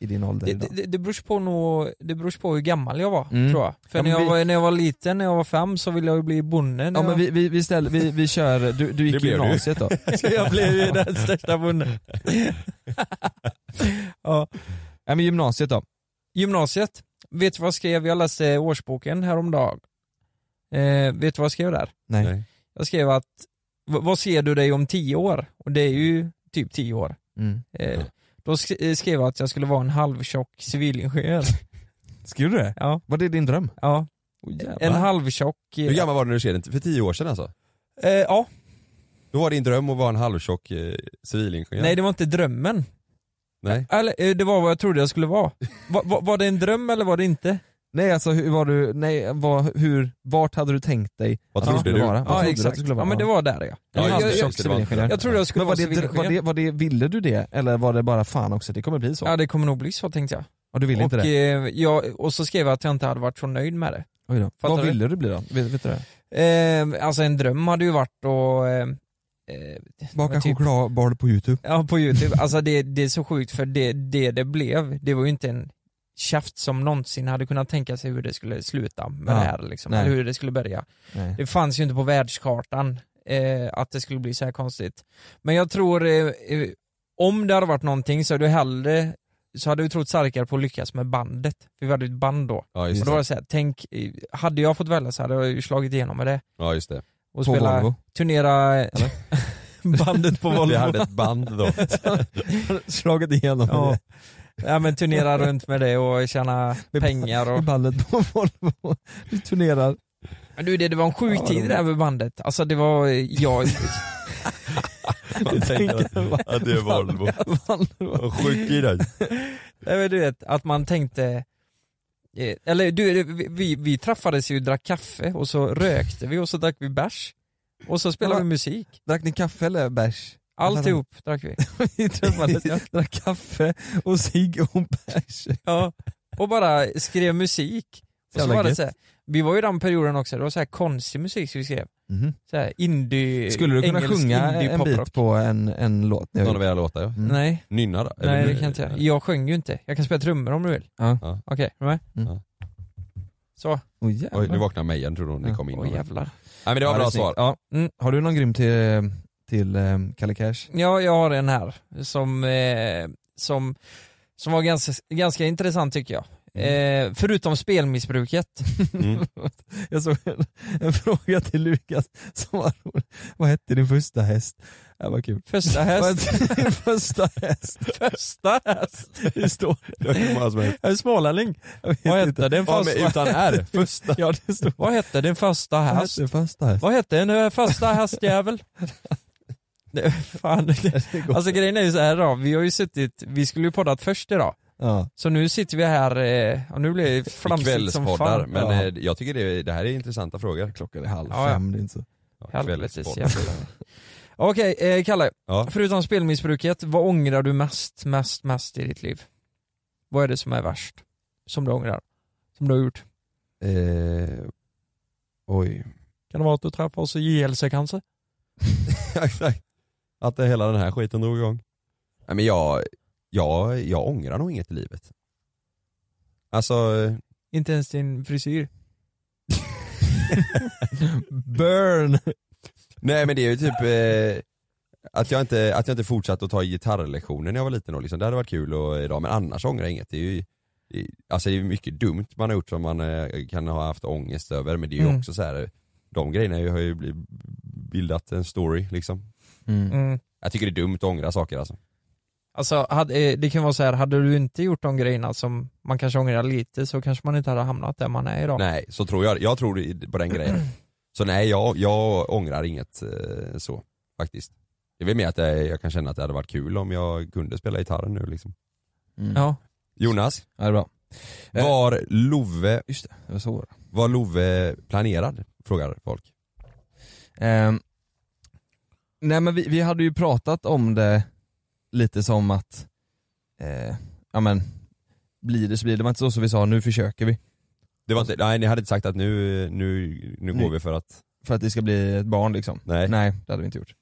Speaker 8: i din ålder
Speaker 6: Det,
Speaker 8: idag?
Speaker 6: det, det beror på nog, det beror på hur gammal jag var,
Speaker 8: Mm.
Speaker 6: tror jag. För
Speaker 8: Ja,
Speaker 6: när,
Speaker 8: men
Speaker 6: jag
Speaker 8: vi-
Speaker 6: var, när jag var liten, när jag var fem, så ville jag ju bli bonde. när
Speaker 8: Ja
Speaker 6: jag...
Speaker 8: men vi, vi, vi, ställer, vi, vi kör, du, du
Speaker 7: Det
Speaker 8: gick
Speaker 7: blev du.
Speaker 8: gymnasiet då?
Speaker 6: jag blev ju den största bonden. ja.
Speaker 8: Ja men gymnasiet då?
Speaker 6: Gymnasiet, vet du vad jag skrev? Jag läste årsboken häromdagen. Eh, vet du vad jag skrev där?
Speaker 8: Nej.
Speaker 6: Jag skrev att, "V- vad ser du dig om tio år? Och det är ju typ tio år.
Speaker 8: Mm.
Speaker 6: Eh, då sk- eh, skrev jag att jag skulle vara en halvtjock civilingenjör.
Speaker 8: Skrev du det?
Speaker 6: Ja.
Speaker 8: Var det din dröm?
Speaker 6: Ja,
Speaker 8: Oh, jävlar.
Speaker 6: en halvtjock...
Speaker 7: Hur gammal var du när du skrev den? För tio år sedan alltså?
Speaker 6: Eh, ja,
Speaker 7: Då var din dröm att vara en halvtjock eh, civilingenjör?
Speaker 6: nej det var inte drömmen.
Speaker 7: Nej.
Speaker 6: Eller eh, det var vad jag trodde jag skulle vara. Va, va, var det en dröm eller var det inte?
Speaker 8: Nej alltså hur var du, nej vad, hur, vart hade du tänkt dig
Speaker 7: Vad
Speaker 8: att du
Speaker 7: trodde
Speaker 8: skulle
Speaker 7: du?
Speaker 8: vara? Vad
Speaker 6: ja
Speaker 8: trodde du att
Speaker 6: exakt.
Speaker 8: du skulle
Speaker 6: Ja
Speaker 8: vara?
Speaker 6: men det var där ja.
Speaker 7: Ja,
Speaker 6: jag,
Speaker 7: just det,
Speaker 6: jag,
Speaker 7: just det, det var inte
Speaker 8: civilingenjör.
Speaker 6: jag trodde jag skulle
Speaker 8: Men
Speaker 6: vara
Speaker 8: var det, var,
Speaker 6: civilingenjör.
Speaker 8: det, var det, ville du det? Eller var det bara fan också, det kommer bli så?
Speaker 6: Ja det kommer nog bli så tänkte jag.
Speaker 8: och du ville inte
Speaker 6: och,
Speaker 8: det?
Speaker 6: eh, jag, och så skrev jag att jag inte hade varit så nöjd med det.
Speaker 8: Oj då.
Speaker 6: fattar
Speaker 8: Vad
Speaker 6: du?
Speaker 8: ville du bli då? Vet, vet du det?
Speaker 6: Eh, alltså en dröm hade ju varit att eh, eh,
Speaker 8: Baka
Speaker 6: men typ-
Speaker 8: chokladboll på youtube?
Speaker 6: Ja på youtube, alltså det, det är så sjukt för det, det det blev, det var ju inte en käft som någonsin hade kunnat tänka sig hur det skulle sluta med
Speaker 8: Ja.
Speaker 6: det här liksom,
Speaker 8: Nej.
Speaker 6: eller hur det skulle börja.
Speaker 8: Nej.
Speaker 6: Det fanns ju inte på världskartan eh, att det skulle bli så här konstigt. Men jag tror, eh, eh, om det hade varit någonting så hade jag hellre så hade vi trott starkare på att lyckas med bandet. För vi hade ju ett band då.
Speaker 7: Ja, just
Speaker 6: och då
Speaker 7: det.
Speaker 6: var det så här, tänk, eh, hade jag fått välja så hade jag ju slagit igenom med det.
Speaker 7: Ja just det.
Speaker 6: Och spela, turnera bandet på Volvo.
Speaker 7: Vi hade ett band då.
Speaker 8: Slagit igenom
Speaker 6: ja.
Speaker 8: det.
Speaker 6: ja men turnera runt med det och tjäna pengar och...
Speaker 8: Med bandet på Volvo. Vi turnerar.
Speaker 6: Men du det, det var en sjuk
Speaker 8: Ja,
Speaker 6: tid det där med bandet. Alltså det var, jag...
Speaker 7: Man tänkte att det är Volvo. Vad sjuk i dig.
Speaker 6: Nej men du vet, att man tänkte eh, eller du, vi- vi, vi träffades ju och drack kaffe och så rökte vi och så drack vi bärs. Och så spelade
Speaker 8: Ja.
Speaker 6: vi musik.
Speaker 8: Drack ni kaffe eller bärs?
Speaker 6: Alltihop drack vi.
Speaker 8: Vi träffades, drack kaffe och cigg och bärs.
Speaker 6: Ja. Och bara skrev musik. Och så
Speaker 8: Jävla
Speaker 6: var det
Speaker 8: gött.
Speaker 6: så här, vi var ju i den perioden också, det var så här konstig musik som vi skrev.
Speaker 8: Mhm.
Speaker 6: Så här indie,
Speaker 8: Skulle du kunna
Speaker 6: engelsk
Speaker 8: sjunga
Speaker 6: indie
Speaker 8: en
Speaker 6: poprock.
Speaker 8: bit på en, en låt?
Speaker 7: Någon av era låtar ja.
Speaker 8: Mm.
Speaker 6: Nej,
Speaker 7: Nynna då?
Speaker 6: nej det kan jag inte jag. Jag sjöng ju inte. Jag kan spela trummor om du vill.
Speaker 8: Ja.
Speaker 7: Ja.
Speaker 6: Okej, är du med?
Speaker 7: Mm.
Speaker 6: Så.
Speaker 8: Oj,
Speaker 7: Oj, nu
Speaker 8: jävlar.
Speaker 7: vaknade Mejan trodde hon ni kom in.
Speaker 6: Åh jävlar.
Speaker 7: Nej men det var
Speaker 8: Ja,
Speaker 7: bra
Speaker 8: är snyggt.
Speaker 7: svar.
Speaker 8: Ja. Mm. Har du någon grym till, till eh, Kalle Cash?
Speaker 6: Ja, jag har en här som, eh, som, som var ganska, ganska intressant tycker jag.
Speaker 8: Mm.
Speaker 6: Eh, förutom spelmissbruket.
Speaker 7: Mm.
Speaker 8: Jag såg en, en fråga till Lukas som var rolig. Vad hette din första häst? Det var kul.
Speaker 6: Första
Speaker 8: Vad
Speaker 6: häst.
Speaker 8: hette din första häst?
Speaker 6: Första häst.
Speaker 8: Det står
Speaker 7: Det var hur många som helst.
Speaker 6: Jag är smålänning.
Speaker 8: Jag vet
Speaker 6: Vad
Speaker 8: inte.
Speaker 6: hette den
Speaker 8: Ja,
Speaker 6: första?
Speaker 8: men utan R.
Speaker 7: Första.
Speaker 8: Ja, det står.
Speaker 6: Vad hette den första
Speaker 8: Vad
Speaker 6: häst?
Speaker 8: hette din första häst?
Speaker 6: Vad hette den eh, första hästjävel? Det, fan. det- Alltså grejen är ju så här då, vi har ju suttit, vi skulle ju poddat först idag.
Speaker 8: Ja.
Speaker 6: Så nu sitter vi här, eh, och nu blir det
Speaker 7: I
Speaker 6: flamsigt som
Speaker 7: Kvällspoddar,
Speaker 6: fan.
Speaker 7: men
Speaker 6: Ja.
Speaker 7: eh, jag tycker det, det här är intressanta frågor.
Speaker 8: Klockan är halv
Speaker 6: Ja, ja.
Speaker 8: fem, det är inte så.
Speaker 7: Ja,
Speaker 6: Helvetes
Speaker 7: kvällspodd.
Speaker 6: jävla... Okej, eh, Kalle.
Speaker 7: Ja.
Speaker 6: Förutom spelmissbruket, vad ångrar du mest, mest, mest i ditt liv? Vad är det som är värst? Som du ångrar? Som du har gjort?
Speaker 7: Eh, oj.
Speaker 6: Kan det vara att du träffade oss i JLC kanske?
Speaker 7: Exakt. Att det hela den här skiten drog igång. Nej men jag, jag, jag ångrar nog inget i livet. Alltså, eh,
Speaker 6: Inte ens din frisyr?
Speaker 8: Burn!
Speaker 7: nej men det är ju typ eh, att, jag inte, att jag inte fortsatte att ta gitarrlektioner när jag var liten och liksom, det hade varit kul och idag men annars ångrar jag inget. Det är ju det är- Alltså det är ju mycket dumt man har gjort som man eh, kan ha haft ångest över men det är ju
Speaker 6: Mm.
Speaker 7: också så här. de grejerna har ju- har ju bli- bildat en story liksom.
Speaker 6: Mm.
Speaker 7: Jag tycker det är dumt att ångra saker alltså.
Speaker 6: Alltså, hade, eh, det kan vara så här, hade du inte gjort de grejerna som man kanske ångrar lite så kanske man inte hade hamnat där man är idag.
Speaker 7: Nej, så tror jag. Jag tror i- på den grejen. Så nej, jag, jag ångrar inget eh, så faktiskt. Det är väl mer att jag, jag kan känna att det hade varit kul om jag kunde spela gitarr nu liksom.
Speaker 6: Ja.
Speaker 7: Jonas,
Speaker 8: Mm. Ja, det är bra. Eh,
Speaker 7: var Love,
Speaker 8: Just det, det var så.
Speaker 7: var Love planerad? Frågar folk.
Speaker 8: Ehm, nej men vi, vi hade ju pratat om det lite som att, eh, ja men, blir det så blir det. Det var inte så som vi sa, nu försöker vi.
Speaker 7: Det var inte, nej, ni hade inte sagt att nu, nu, nu
Speaker 8: Nej.
Speaker 7: går vi för att,
Speaker 8: För att det ska bli ett barn liksom.
Speaker 7: nej.
Speaker 8: Nej, det hade vi inte gjort.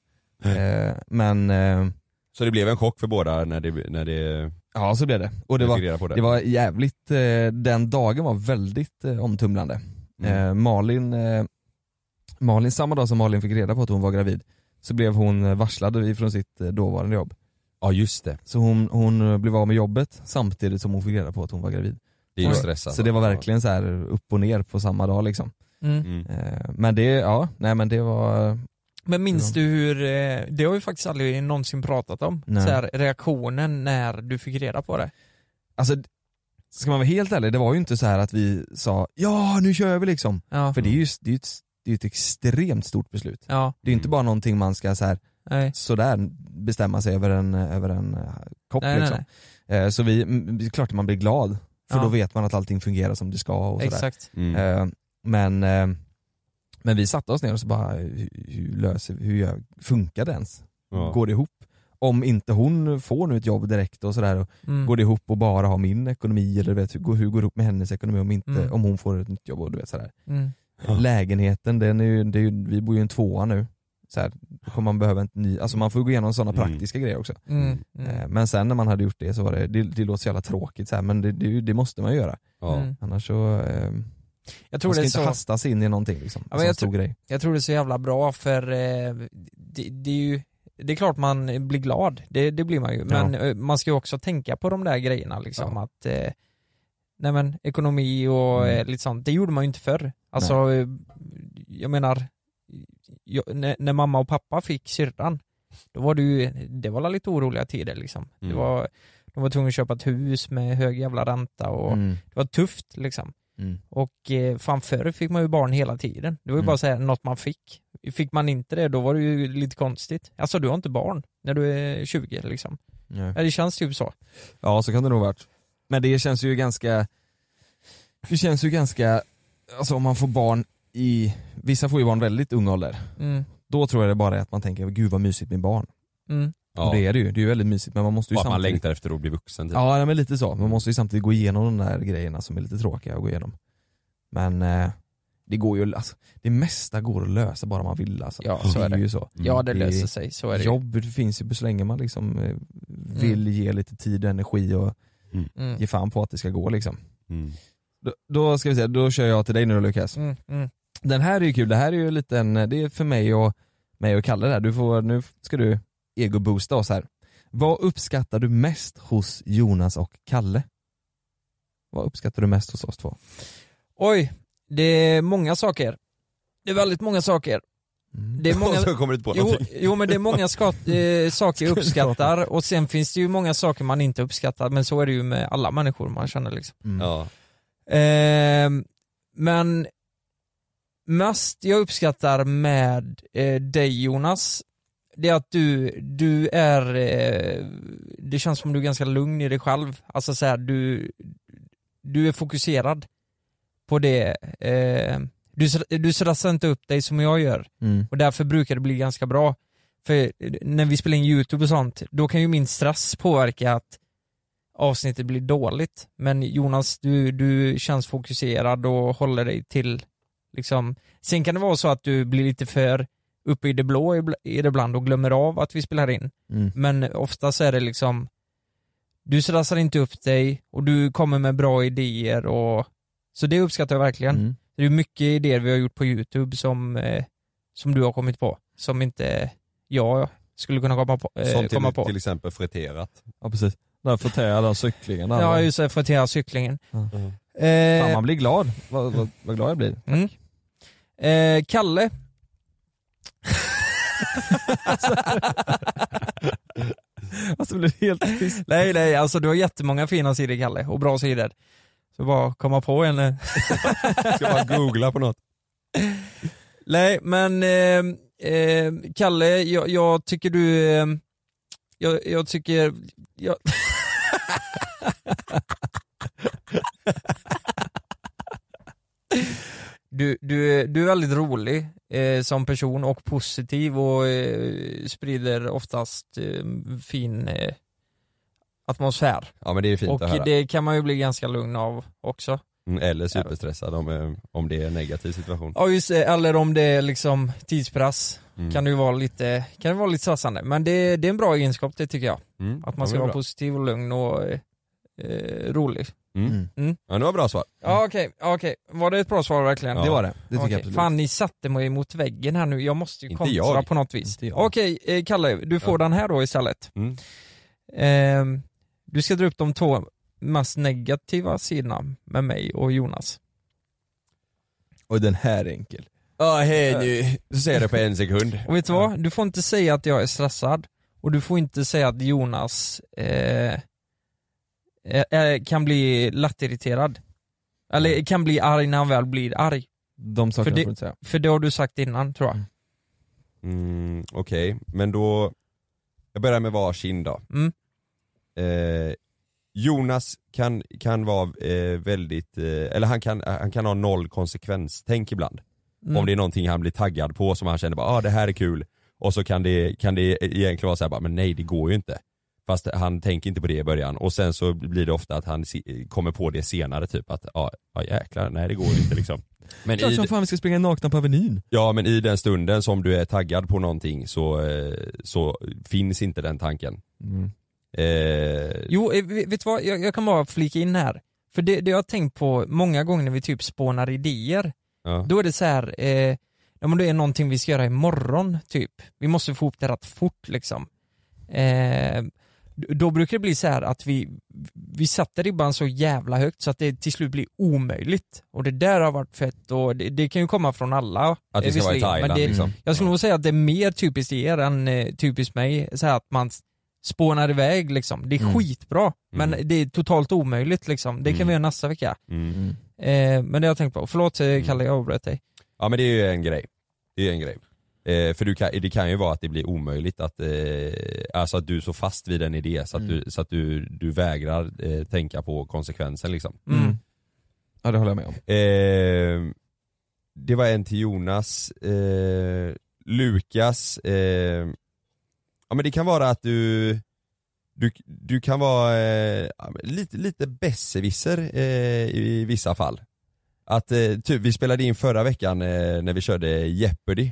Speaker 7: Nej.
Speaker 8: Eh, men, eh,
Speaker 7: Så det blev en chock för båda när det, när det,
Speaker 8: ja så blev det. Och
Speaker 7: när
Speaker 8: det
Speaker 7: vi
Speaker 8: var,
Speaker 7: fick reda på det.
Speaker 8: det var jävligt, eh, den dagen var väldigt eh, omtumlande.
Speaker 7: Mm.
Speaker 8: Eh, Malin, eh, Malin, samma dag som Malin fick reda på att hon var gravid så blev hon eh, varslad från sitt eh, dåvarande jobb.
Speaker 7: Ja just det,
Speaker 8: Så hon, hon blev av med jobbet samtidigt som hon fick reda på att hon var gravid.
Speaker 7: det är ju
Speaker 8: Så-
Speaker 7: stressat.
Speaker 8: Så det var verkligen så här upp och ner på samma dag liksom.
Speaker 6: Mm.
Speaker 7: Mm.
Speaker 8: Eh, Men det, ja, nej men det var,
Speaker 6: Men minns
Speaker 8: Ja.
Speaker 6: du hur, eh, det har vi faktiskt aldrig någonsin pratat om, så
Speaker 8: Nej.
Speaker 6: här, reaktionen när du fick reda på det.
Speaker 8: alltså ska man vara helt ärlig, det var ju inte så här att vi sa ja nu kör vi liksom.
Speaker 6: Ja.
Speaker 8: För det är ju det är ju ett, det är ju ett extremt stort beslut.
Speaker 6: Ja,
Speaker 8: Det är ju inte
Speaker 7: Mm.
Speaker 8: bara någonting man ska så här,
Speaker 6: nej.
Speaker 8: sådär bestämma sig över en, över en eh, kopp
Speaker 6: Nej, nej,
Speaker 8: liksom. Eh, Så vi, m- det är klart att man blir glad, för
Speaker 6: Ja.
Speaker 8: då vet man att allting fungerar som det ska och sådär.
Speaker 6: Exakt.
Speaker 7: Mm.
Speaker 8: Eh, Men, eh, men vi satte oss ner och så bara, hur, hur löser vi, hur gör, funkar det ens?
Speaker 7: Ja.
Speaker 8: Går det ihop? Om inte hon får nu ett jobb direkt och sådär, och
Speaker 6: Mm.
Speaker 8: går det ihop och bara ha min ekonomi eller vet, hur, går- hur går det ihop med hennes ekonomi om, inte,
Speaker 6: Mm.
Speaker 8: om hon får ett nytt jobb och du vet sådär.
Speaker 6: Mm.
Speaker 8: Lägenheten, den är ju, det är ju, vi bor ju i en tvåa nu. Så här, då kommer man behöva en ny, alltså man får gå igenom sådana
Speaker 7: Mm.
Speaker 8: praktiska grejer också.
Speaker 6: Mm.
Speaker 8: Eh,
Speaker 6: Mm.
Speaker 8: Men sen när man hade gjort det så var det, det, det låter så jävla tråkigt så här, men det, det, är ju- det måste man ju göra.
Speaker 7: Ja.
Speaker 6: Mm.
Speaker 8: Annars så, eh,
Speaker 6: Jag
Speaker 8: man
Speaker 6: tror
Speaker 8: ska
Speaker 6: det är
Speaker 8: inte
Speaker 6: så.
Speaker 8: hasta sig in i någonting liksom.
Speaker 6: Ja, men
Speaker 8: en sån
Speaker 6: jag
Speaker 8: stor
Speaker 6: tror-
Speaker 8: grej.
Speaker 6: Jag tror det är så jävla bra för eh, det, det är ju det är klart man blir glad, det, det blir man ju, men eh, man ska ju också tänka på de där grejerna liksom att eh, Nej men ekonomi och eh, lite sånt, det gjorde man ju inte förr. Alltså, eh, jag menar, jag, när, när mamma och pappa fick syrran, då var det ju, det var lite oroliga tider liksom.
Speaker 8: Mm.
Speaker 6: Det var, de var tvungna att köpa ett hus med hög jävla ränta och
Speaker 8: Mm.
Speaker 6: det var tufft liksom.
Speaker 8: Mm.
Speaker 6: Och eh, fan förr fick man ju barn hela tiden. Det var ju bara så här, något man fick. Fick man inte det då var det ju lite konstigt. Alltså du har inte barn när du är 20 liksom.
Speaker 8: Nej.
Speaker 6: Ja, det känns typ så.
Speaker 8: Ja så kan det nog varit. Men det känns ju ganska, det känns ju ganska, alltså om man får barn i, vissa får ju barn väldigt ung ålder.
Speaker 6: Mm.
Speaker 8: Då tror jag det bara är att man tänker, gud vad mysigt med barn.
Speaker 6: Mm.
Speaker 7: Ja.
Speaker 8: Och det är det ju, det är ju väldigt mysigt men man måste ju
Speaker 7: Bara att man
Speaker 8: samtidigt
Speaker 7: längtar efter att bli vuxen. Typ.
Speaker 8: Ja nej, men lite så, man måste ju samtidigt gå igenom de där grejerna som är lite tråkiga att gå igenom. Men eh, det går ju, alltså, det mesta går att lösa bara man vill alltså.
Speaker 6: Ja, så är det.
Speaker 8: ju
Speaker 7: Mm.
Speaker 8: så.
Speaker 6: Ja, det löser sig, så är det ju.
Speaker 8: Mm, Jobb finns ju så länge man liksom eh, vill ge lite tid och energi och
Speaker 6: Mm.
Speaker 8: ge fan på att det ska gå liksom.
Speaker 7: Mm.
Speaker 8: Då, då ska vi se, då kör jag till dig nu då, Lukas.
Speaker 6: Mm, mm.
Speaker 8: Den här är ju kul, det här är ju en liten, det är för mig och, mig och Kalle där. Du får, nu ska du ego-boosta oss här. Vad uppskattar du mest hos Jonas och Kalle? Vad uppskattar du mest hos oss två?
Speaker 6: Oj, det är många saker. Det är väldigt många saker. Det är många...
Speaker 8: Och så kommer du inte på
Speaker 6: jo,
Speaker 8: någonting.
Speaker 6: jo men det är många skat, eh, saker jag uppskattar och sen finns det ju många saker man inte uppskattar men så är det ju med alla människor man känner liksom.
Speaker 7: Ja.
Speaker 6: Ehm, men mest jag uppskattar med eh, dig Jonas, det är att du, du är, eh, det känns som du är ganska lugn i dig själv. Alltså så här, du, du är fokuserad på det. Eh, du, str- du stressar inte upp dig som jag gör
Speaker 8: Mm.
Speaker 6: och därför brukar det bli ganska bra. För eh, när vi spelar in YouTube och sånt, då kan ju min stress påverka att avsnittet blir dåligt. Men Jonas, du, du känns fokuserad och håller dig till liksom. Sen kan det vara så att du blir lite för uppe i det blå ibl- i det ibland och glömmer av att vi spelar in.
Speaker 8: Mm.
Speaker 6: Men ofta så är det liksom du stressar inte upp dig och du kommer med bra idéer och så det uppskattar jag verkligen.
Speaker 8: Mm.
Speaker 6: Det är mycket idéer vi har gjort på YouTube som, eh, som du har kommit på, som inte jag skulle kunna komma på. eh,
Speaker 7: Som till,
Speaker 6: komma på.
Speaker 7: till exempel friterat.
Speaker 8: Ja precis, den här friterade cyklingen.
Speaker 6: Ja just det, frottera cyklingen.
Speaker 8: Ja.
Speaker 6: Eh,
Speaker 8: Fan man blir glad, vad, vad, vad glad jag blir.
Speaker 6: Mm. Eh, Kalle.
Speaker 8: alltså blev helt tyst.
Speaker 6: Nej nej, alltså du har jättemånga fina sidor Kalle, och bra sidor. Så bara komma på en. eh.
Speaker 7: Ska bara googla på något.
Speaker 6: nej men eh, eh, Kalle, jag, jag tycker du, eh, jag, jag tycker, jag... Du, du, är- du är väldigt rolig eh, som person och positiv och eh, sprider oftast eh, fin eh, atmosfär.
Speaker 7: Ja men det är ju fint
Speaker 6: och
Speaker 7: att höra.
Speaker 6: det kan man ju bli ganska lugn av också.
Speaker 7: Mm, Eller superstressad om, eh, om det är en negativ situation.
Speaker 6: Ja just det, eller om det är liksom tidspress
Speaker 7: Mm.
Speaker 6: kan det ju vara lite, kan det vara lite stressande. Men det, det är en bra egenskap det tycker jag.
Speaker 7: Mm,
Speaker 6: Att
Speaker 7: ja,
Speaker 6: man ska
Speaker 7: men
Speaker 6: vara
Speaker 7: bra.
Speaker 6: positiv och lugn och eh, eh, rolig.
Speaker 7: Mm.
Speaker 6: Mm.
Speaker 7: Ja det var bra svar.
Speaker 6: Ja okej, ja, okej. Var det ett bra svar verkligen?
Speaker 7: Ja. Det var det. Det tycker jag
Speaker 6: Okej.
Speaker 7: absolut.
Speaker 6: Fan ni satte mig mot väggen här nu, jag måste ju
Speaker 7: Inte
Speaker 6: kontra
Speaker 7: jag.
Speaker 6: på något vis.
Speaker 7: Inte jag.
Speaker 6: Okej eh, Kalle, du får
Speaker 7: Ja.
Speaker 6: den här då istället.
Speaker 7: Mm.
Speaker 6: Ehm, du ska dra upp de två mest negativa sidorna med mig och Jonas.
Speaker 8: Och den här är enkel.
Speaker 7: Ja hej nu, så säger jag det på en sekund.
Speaker 6: Och vet du vad? Du får inte säga att jag är stressad och du får inte säga att Jonas eh, eh, eh, kan bli lättirriterad. Eller kan bli arg när han väl blir arg.
Speaker 8: De
Speaker 6: För
Speaker 8: sakerna får du inte
Speaker 6: det,
Speaker 8: säga.
Speaker 6: för det har du sagt innan tror jag.
Speaker 7: Mm, Okej, men då, jag börjar med varsin då.
Speaker 6: Mm.
Speaker 7: Eh, Jonas kan, kan vara eh, väldigt, eh, eller han kan, han kan ha noll konsekvenstänk ibland.
Speaker 6: Mm.
Speaker 7: Om det är någonting han blir taggad på som han känner bara, ah det här är kul. Och så kan det, kan det egentligen vara så här, bara, men nej det går ju inte. Fast han tänker inte på det i början och sen så blir det ofta att han se- kommer på det senare typ att, ja ah, jäklar, nej det går ju inte liksom. Men
Speaker 8: Klart
Speaker 7: i,
Speaker 8: som fan vi ska springa nakna på Avenyn.
Speaker 7: Ja men i den stunden som du är taggad på någonting så, eh, så finns inte den tanken.
Speaker 8: Mm.
Speaker 7: Eh,
Speaker 6: Jo, eh, vet vet du vad? Jag, jag kan bara flika in här. För det, det jag har tänkt på många gånger när vi typ spånar idéer,
Speaker 7: ja.
Speaker 6: då är det så här, eh, ja men det är någonting vi ska göra imorgon typ. Vi måste få ihop det rätt fort liksom. Eh, då brukar det bli så här att vi, vi sätter ribban så jävla högt så att det till slut blir omöjligt. Och det där har varit fett och det, det kan ju komma från alla.
Speaker 7: Att vi ska
Speaker 6: eh,
Speaker 7: vara i
Speaker 6: visserligen,
Speaker 7: Thailand,
Speaker 6: men det,
Speaker 7: liksom.
Speaker 6: Jag skulle nog säga att det är mer typiskt er än eh, typiskt mig, så här att man spånar iväg liksom. Det är
Speaker 7: Mm.
Speaker 6: skitbra, men
Speaker 7: Mm.
Speaker 6: det är totalt omöjligt liksom. Det kan
Speaker 7: Mm.
Speaker 6: vi göra nästa vecka.
Speaker 7: Mm.
Speaker 6: Eh, men det har jag tänkt på. Förlåt eh, Kalle, jag avbröt dig.
Speaker 7: Ja men det är ju en grej. Det är ju en grej. Eh, för du kan, det kan ju vara att det blir omöjligt att, eh, alltså att du är så fast vid en idé så att, du, så att du, du vägrar eh, tänka på konsekvensen liksom.
Speaker 8: Mm. Ja det håller jag med om.
Speaker 7: Eh, det var en till Jonas, eh, Lukas, eh, ja men det kan vara att du du, du kan vara eh, ja, men lite, lite besserwisser eh, i vissa fall. Att, eh, typ, vi spelade in förra veckan eh, när vi körde Jeopardy.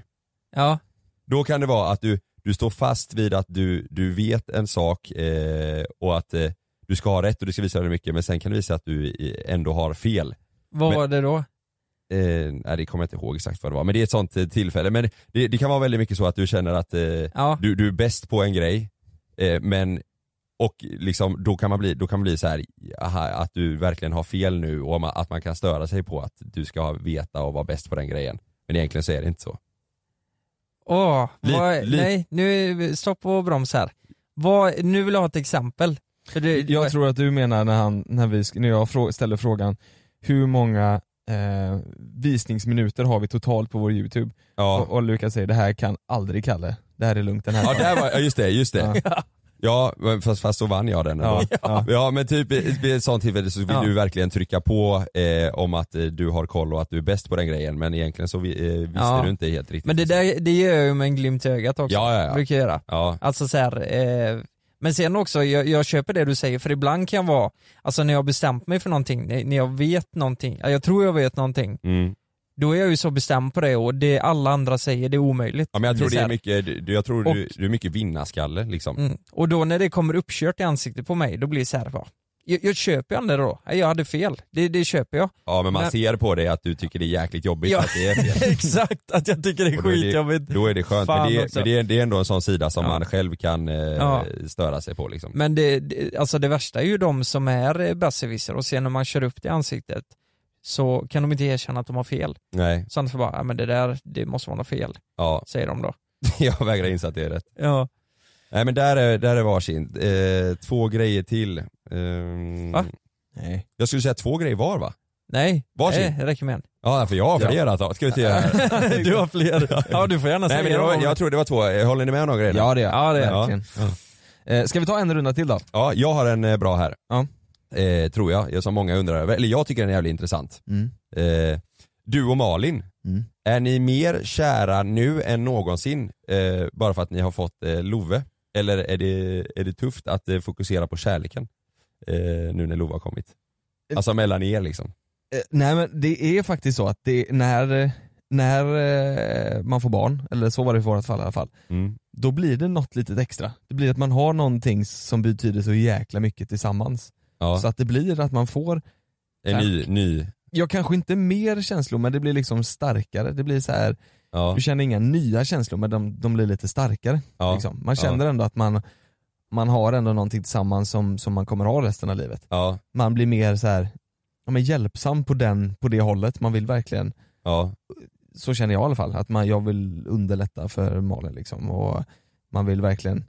Speaker 6: Ja.
Speaker 7: Då kan det vara att du, du står fast vid att du, du vet en sak eh, och att eh, du ska ha rätt och du ska visa hur mycket men sen kan det visa att du eh, ändå har fel.
Speaker 6: Vad
Speaker 7: Men-
Speaker 6: var det då?
Speaker 7: Eh, nej det kommer jag inte ihåg exakt vad det var, men det är ett sånt eh, tillfälle. Men det, det kan vara väldigt mycket så att du känner att eh, du, du är bäst på en grej, eh, men och liksom, då kan man bli, då kan man bli så här aha, att du verkligen har fel nu och ma- att man kan störa sig på att du ska veta och vara bäst på den grejen. Men egentligen så är det inte så.
Speaker 6: Åh,
Speaker 7: Li-
Speaker 6: vad,
Speaker 7: li-
Speaker 6: nej, nu, stopp och broms här. Vad, nu vill jag ha ett exempel. För det,
Speaker 8: Eh, Jag tror att du menar när, han, när, vi, sk- när jag frå, ställer frågan hur många eh, visningsminuter har vi totalt på vår youtube? Och, och Lukas säger det här kan aldrig Kalle, det här är lugnt den här
Speaker 7: Ja,
Speaker 8: dagen."
Speaker 7: där var, ja just det, just det. Ja. men fast, fast så vann jag den ändå.
Speaker 8: Ja,
Speaker 7: ja. men typ i- vid ett sånt tillfälle så vill
Speaker 8: Ja.
Speaker 7: du verkligen trycka på eh, om att eh, du har koll och att du är bäst på den grejen men egentligen så vi, eh, visste
Speaker 6: Ja.
Speaker 7: du inte helt riktigt.
Speaker 6: Men det där det gör jag ju med en glimt i ögat också.
Speaker 7: Ja, ja, ja.
Speaker 6: Brukar jag göra.
Speaker 7: Ja.
Speaker 6: Alltså så här, eh, men sen också, jag, jag köper det du säger, för ibland kan jag vara, alltså när jag har bestämt mig för någonting, när, när jag vet någonting, ja, jag tror jag vet någonting,
Speaker 7: Mm.
Speaker 6: då är jag ju så bestämd på det och det alla andra säger, det är omöjligt.
Speaker 7: Ja, men jag tror,
Speaker 6: så
Speaker 7: det är
Speaker 6: här.
Speaker 7: mycket, du, jag tror du,
Speaker 6: Och-
Speaker 7: du är mycket vinnarskalle liksom.
Speaker 6: Mm. Och då när det kommer uppkört i ansiktet på mig, då blir det så här, va? Jag, jag köper ändå då, Nej, jag hade fel, det, det köper jag.
Speaker 7: Ja men man
Speaker 6: Men-
Speaker 7: ser på dig att du tycker det är jäkligt jobbigt
Speaker 6: Ja.
Speaker 7: att det är fel.
Speaker 6: Exakt, att jag tycker det är
Speaker 7: Och då är det-
Speaker 6: skitjobbigt.
Speaker 7: Då är det skönt, men,
Speaker 6: Fan
Speaker 7: det är,
Speaker 6: också.
Speaker 7: men det, är, det är ändå en sån sida som man själv kan eh,
Speaker 6: Ja.
Speaker 7: störa sig på liksom.
Speaker 6: Men det, det, alltså det värsta är ju de som är eh, besserwisser och sen när man kör upp det i ansiktet så kan de inte erkänna att de har fel.
Speaker 7: Nej,
Speaker 6: Så de bara, ja men det där, det måste vara något fel,
Speaker 7: ja.
Speaker 6: säger de då.
Speaker 7: jag vägrar inse att det är rätt.
Speaker 6: Ja.
Speaker 7: Nej men där är, där är varsin. Eh, två grejer till. Ehm,
Speaker 6: Va?
Speaker 7: Nej. Jag skulle säga två grejer var va?
Speaker 6: Nej,
Speaker 7: Varsin?
Speaker 6: nej, det räcker med en.
Speaker 7: Ja för jag har
Speaker 6: Ja.
Speaker 7: flera ja. ska vi se
Speaker 8: Alltså,
Speaker 7: här.
Speaker 6: du har fler. Ja du får gärna
Speaker 7: Nej
Speaker 6: säga
Speaker 7: men det var, jag tror det var två, håller ni med om några grejer?
Speaker 8: Ja det är
Speaker 7: ja,
Speaker 8: det
Speaker 7: är.
Speaker 8: verkligen. Eh, ska vi ta en runda till då?
Speaker 7: Ja, jag har en eh, bra här. Eh, tror jag, jag, som många undrar över. Eller jag tycker den är jävligt intressant.
Speaker 8: Mm.
Speaker 7: Eh, du och Malin,
Speaker 8: Mm.
Speaker 7: är ni mer kära nu än någonsin eh, bara för att ni har fått eh, Love? Eller är det, är det tufft att eh, fokusera på kärleken eh, nu när Love har kommit? Alltså mellan er liksom.
Speaker 8: Eh, nej men det är faktiskt så att det, när, eh, när eh, man får barn, eller så var det i vårt fall i alla fall,
Speaker 7: Mm.
Speaker 8: då blir det något litet extra. Det blir att man har någonting som betyder så jäkla mycket tillsammans.
Speaker 7: Ja.
Speaker 8: Så att det blir att man får
Speaker 7: En ny, ny
Speaker 8: jag kanske inte mer känslor men det blir liksom starkare. Det blir så här,
Speaker 7: Ja.
Speaker 8: du känner inga nya känslor men de, de blir lite starkare.
Speaker 7: Ja.
Speaker 8: Liksom. Man
Speaker 7: Ja.
Speaker 8: känner ändå att man, man har ändå någonting tillsammans som, som man kommer ha resten av livet.
Speaker 7: Ja.
Speaker 8: Man blir mer så här, ja, men hjälpsam på, den, på det hållet, man vill verkligen,
Speaker 7: Ja.
Speaker 8: så känner jag i alla fall, att man, jag vill underlätta för Malin liksom. och man vill verkligen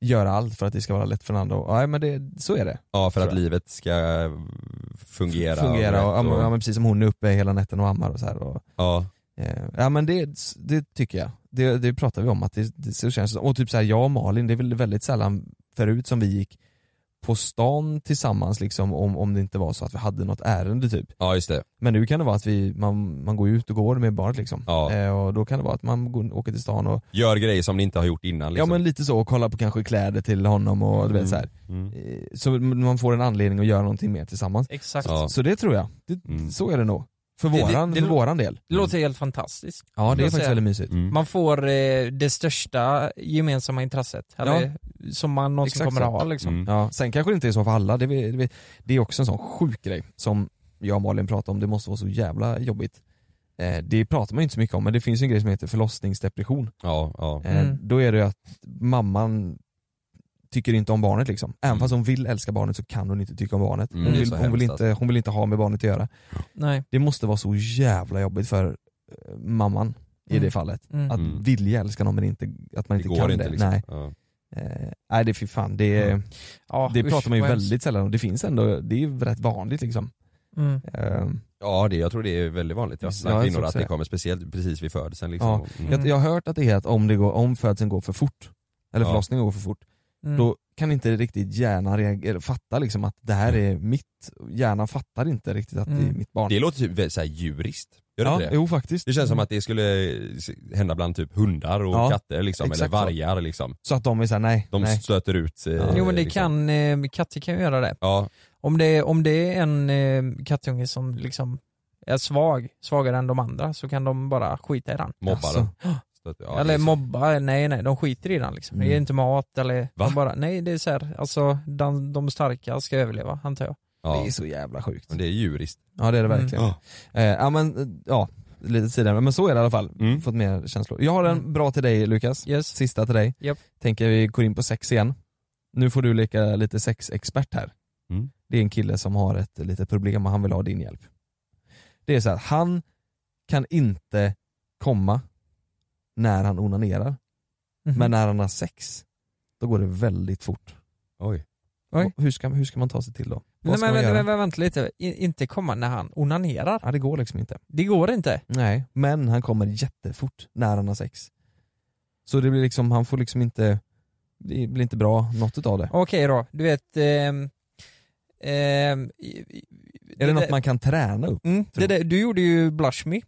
Speaker 8: göra allt för att det ska vara lätt för den andra. Och, ja, men det, så är det.
Speaker 7: Ja, för
Speaker 8: Tror
Speaker 7: att
Speaker 8: jag.
Speaker 7: livet ska fungera.
Speaker 8: fungera och,
Speaker 7: rätt
Speaker 8: ja, men precis som hon är uppe hela natten och ammar och så här. Och,
Speaker 7: Ja.
Speaker 8: eh, ja men det, det tycker jag. Det, det pratar vi om att det, det så känns det. Och typ så här, jag och Malin, det är väl väldigt sällan förut som vi gick på stan tillsammans liksom om, om det inte var så att vi hade något ärende typ.
Speaker 7: ja, just det.
Speaker 8: Men nu kan det vara att vi, man, man går ut och går med barnet liksom.
Speaker 7: Ja.
Speaker 8: Eh, och då kan det vara att man går, åker till stan och
Speaker 7: Gör grejer som ni inte har gjort innan liksom.
Speaker 8: Ja men lite så, och kolla på kanske kläder till honom och du vet så här.
Speaker 7: Mm.
Speaker 8: Eh, Så man får en anledning att göra någonting mer tillsammans.
Speaker 6: Exakt.
Speaker 8: Så,
Speaker 6: Ja.
Speaker 8: så det tror jag. Det,
Speaker 7: Mm.
Speaker 8: Så är det nog. För
Speaker 6: Det- det-
Speaker 8: våran,
Speaker 6: det
Speaker 8: för
Speaker 6: lå-
Speaker 8: våran del.
Speaker 6: Det låter helt fantastiskt.
Speaker 8: Ja, det är
Speaker 6: Ska jag
Speaker 8: faktiskt
Speaker 6: säga.
Speaker 8: väldigt mysigt. Mm.
Speaker 6: Man får eh, det största gemensamma intresset, eller som man någonsin kommer att ha
Speaker 7: Mm.
Speaker 6: liksom.
Speaker 8: Ja, sen kanske det inte är så för alla, det, är- det, är- det är också en sån sjuk grej som jag och Malin pratade om, det måste vara så jävla jobbigt. Eh, det pratar man ju inte så mycket om men det finns ju en grej som heter förlossningsdepression.
Speaker 7: Ja, ja.
Speaker 8: Eh, Då är det ju att mamman tycker inte om barnet liksom. Även fast hon vill älska barnet så kan hon inte tycka om barnet.
Speaker 7: Mm,
Speaker 8: Hon,
Speaker 7: det är
Speaker 8: vill,
Speaker 7: så
Speaker 8: hon, vill
Speaker 7: hemskt
Speaker 8: inte, hon vill inte ha med barnet att göra.
Speaker 6: Nej.
Speaker 8: Det måste vara så jävla jobbigt för eh, mamman i
Speaker 6: Mm.
Speaker 8: det fallet.
Speaker 6: Mm.
Speaker 8: Att
Speaker 7: Mm.
Speaker 8: vilja älska någon men inte, att man
Speaker 7: Det
Speaker 8: inte
Speaker 7: går
Speaker 8: kan
Speaker 7: inte,
Speaker 8: det.
Speaker 7: liksom.
Speaker 8: Nej.
Speaker 7: Ja.
Speaker 8: Eh, nej det är fy fan, det,
Speaker 6: Mm. Ja,
Speaker 8: det
Speaker 6: usch,
Speaker 8: pratar man ju
Speaker 6: vad hemskt.
Speaker 8: väldigt sällan om. Det finns ändå, det är ju rätt vanligt liksom.
Speaker 6: Mm.
Speaker 8: Eh,
Speaker 7: Ja, det, jag tror det är väldigt vanligt ja.
Speaker 8: Ja,
Speaker 7: bland
Speaker 8: jag
Speaker 7: kvinnor
Speaker 8: tror
Speaker 7: att
Speaker 8: också
Speaker 7: det
Speaker 8: det.
Speaker 7: kommer speciellt precis vid födelsen. Liksom.
Speaker 8: ja.
Speaker 7: Mm.
Speaker 8: jag, jag har hört att det är att om, det går, om födseln går för fort, eller
Speaker 7: Ja.
Speaker 8: förlossningen går för fort,
Speaker 6: Mm.
Speaker 8: då kan inte riktigt hjärnan reagera, fatta liksom att det här är mitt, hjärnan fattar inte riktigt att det är
Speaker 7: Mm.
Speaker 8: mitt barn.
Speaker 7: Det låter typ väldigt så här djuriskt. Gör det
Speaker 8: ja,
Speaker 7: inte det?
Speaker 8: Jo faktiskt.
Speaker 7: Det känns som att det skulle hända bland typ hundar och
Speaker 8: Ja,
Speaker 7: katter liksom, eller
Speaker 8: exakt så.
Speaker 7: vargar liksom.
Speaker 8: Så att de är såhär, nej,
Speaker 7: De
Speaker 8: nej.
Speaker 7: stöter ut. eh,
Speaker 6: Jo men det
Speaker 7: liksom.
Speaker 6: kan, eh, katter kan ju göra det.
Speaker 7: Ja,
Speaker 6: Om det, om det är en eh, kattunge som liksom är svag, svagare än de andra, så kan de bara skita i den.
Speaker 7: mobbar
Speaker 6: Alltså.
Speaker 7: den. Stöter, ja,
Speaker 6: eller
Speaker 7: det är så-
Speaker 6: mobba, nej nej, de skiter i den liksom.
Speaker 7: Mm.
Speaker 6: Det är inte mat eller,
Speaker 7: Va?
Speaker 6: de bara, nej det är så här, alltså de, de starka ska överleva antar jag.
Speaker 7: ja.
Speaker 8: Det är så jävla sjukt.
Speaker 7: Men det är djuriskt.
Speaker 8: Ja det är det
Speaker 6: Mm.
Speaker 8: verkligen. Eh, ja men, eh, ja, lite sidan, men så är det i alla fall.
Speaker 7: Mm.
Speaker 8: Fått mer känslor. Jag har en bra till dig Lukas, sista till dig.
Speaker 6: Mm. Japp.
Speaker 8: Tänker vi går in på sex igen. Nu får du leka lite sexexpert här.
Speaker 7: Mm.
Speaker 8: Det är en kille som har ett litet problem och han vill ha din hjälp. Det är så här, han kan inte komma när han onanerar,
Speaker 6: Mhm.
Speaker 8: men när han har sex, då går det väldigt fort.
Speaker 7: Oj.
Speaker 6: Oj.
Speaker 8: Hur, ska, hur ska man ta sig till då? Vad
Speaker 6: Nej,
Speaker 8: ska man
Speaker 6: men vänta,
Speaker 8: göra?
Speaker 6: vänta, vänta lite, I, inte komma när han onanerar.
Speaker 8: Ja, det går liksom inte.
Speaker 6: Det går inte.
Speaker 8: Nej, men han kommer jättefort när han har sex. Så det blir liksom, han får liksom inte, det blir inte bra något utav det.
Speaker 6: Okej då, du vet... ehm, ehm, i- i-
Speaker 8: Är det
Speaker 6: där-
Speaker 8: något man kan träna upp?
Speaker 6: Mm, det
Speaker 8: du?
Speaker 6: där, du gjorde ju Blush Me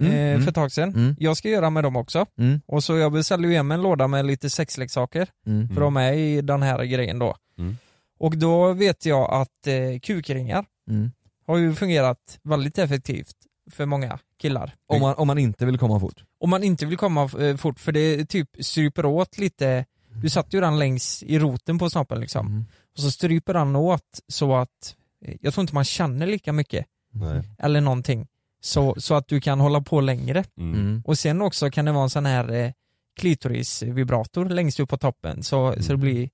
Speaker 8: Mm,
Speaker 6: eh,
Speaker 8: mm.
Speaker 6: för ett tag sedan.
Speaker 8: Mm.
Speaker 6: Jag ska göra med dem också.
Speaker 8: Mm.
Speaker 6: Och så jag beställde ju hem en låda med lite sexleksaker
Speaker 8: Mm.
Speaker 6: för de är i den här grejen då.
Speaker 7: Mm.
Speaker 6: Och då vet jag att eh, kukringar
Speaker 8: Mm.
Speaker 6: har ju fungerat väldigt effektivt för många killar.
Speaker 8: Om, man, om man inte vill komma fort?
Speaker 6: Om man inte vill komma eh, fort för det typ stryper åt lite, du satte ju den längs i roten på snoppen liksom.
Speaker 8: Mm.
Speaker 6: Och så stryper den åt så att, eh, jag tror inte man känner lika mycket
Speaker 7: Nej.
Speaker 6: eller någonting. Så, så att du kan hålla på längre.
Speaker 7: Mm.
Speaker 6: Och sen också kan det vara en sån här eh, klitorisvibrator längst upp på toppen så,
Speaker 8: Mm.
Speaker 6: så det blir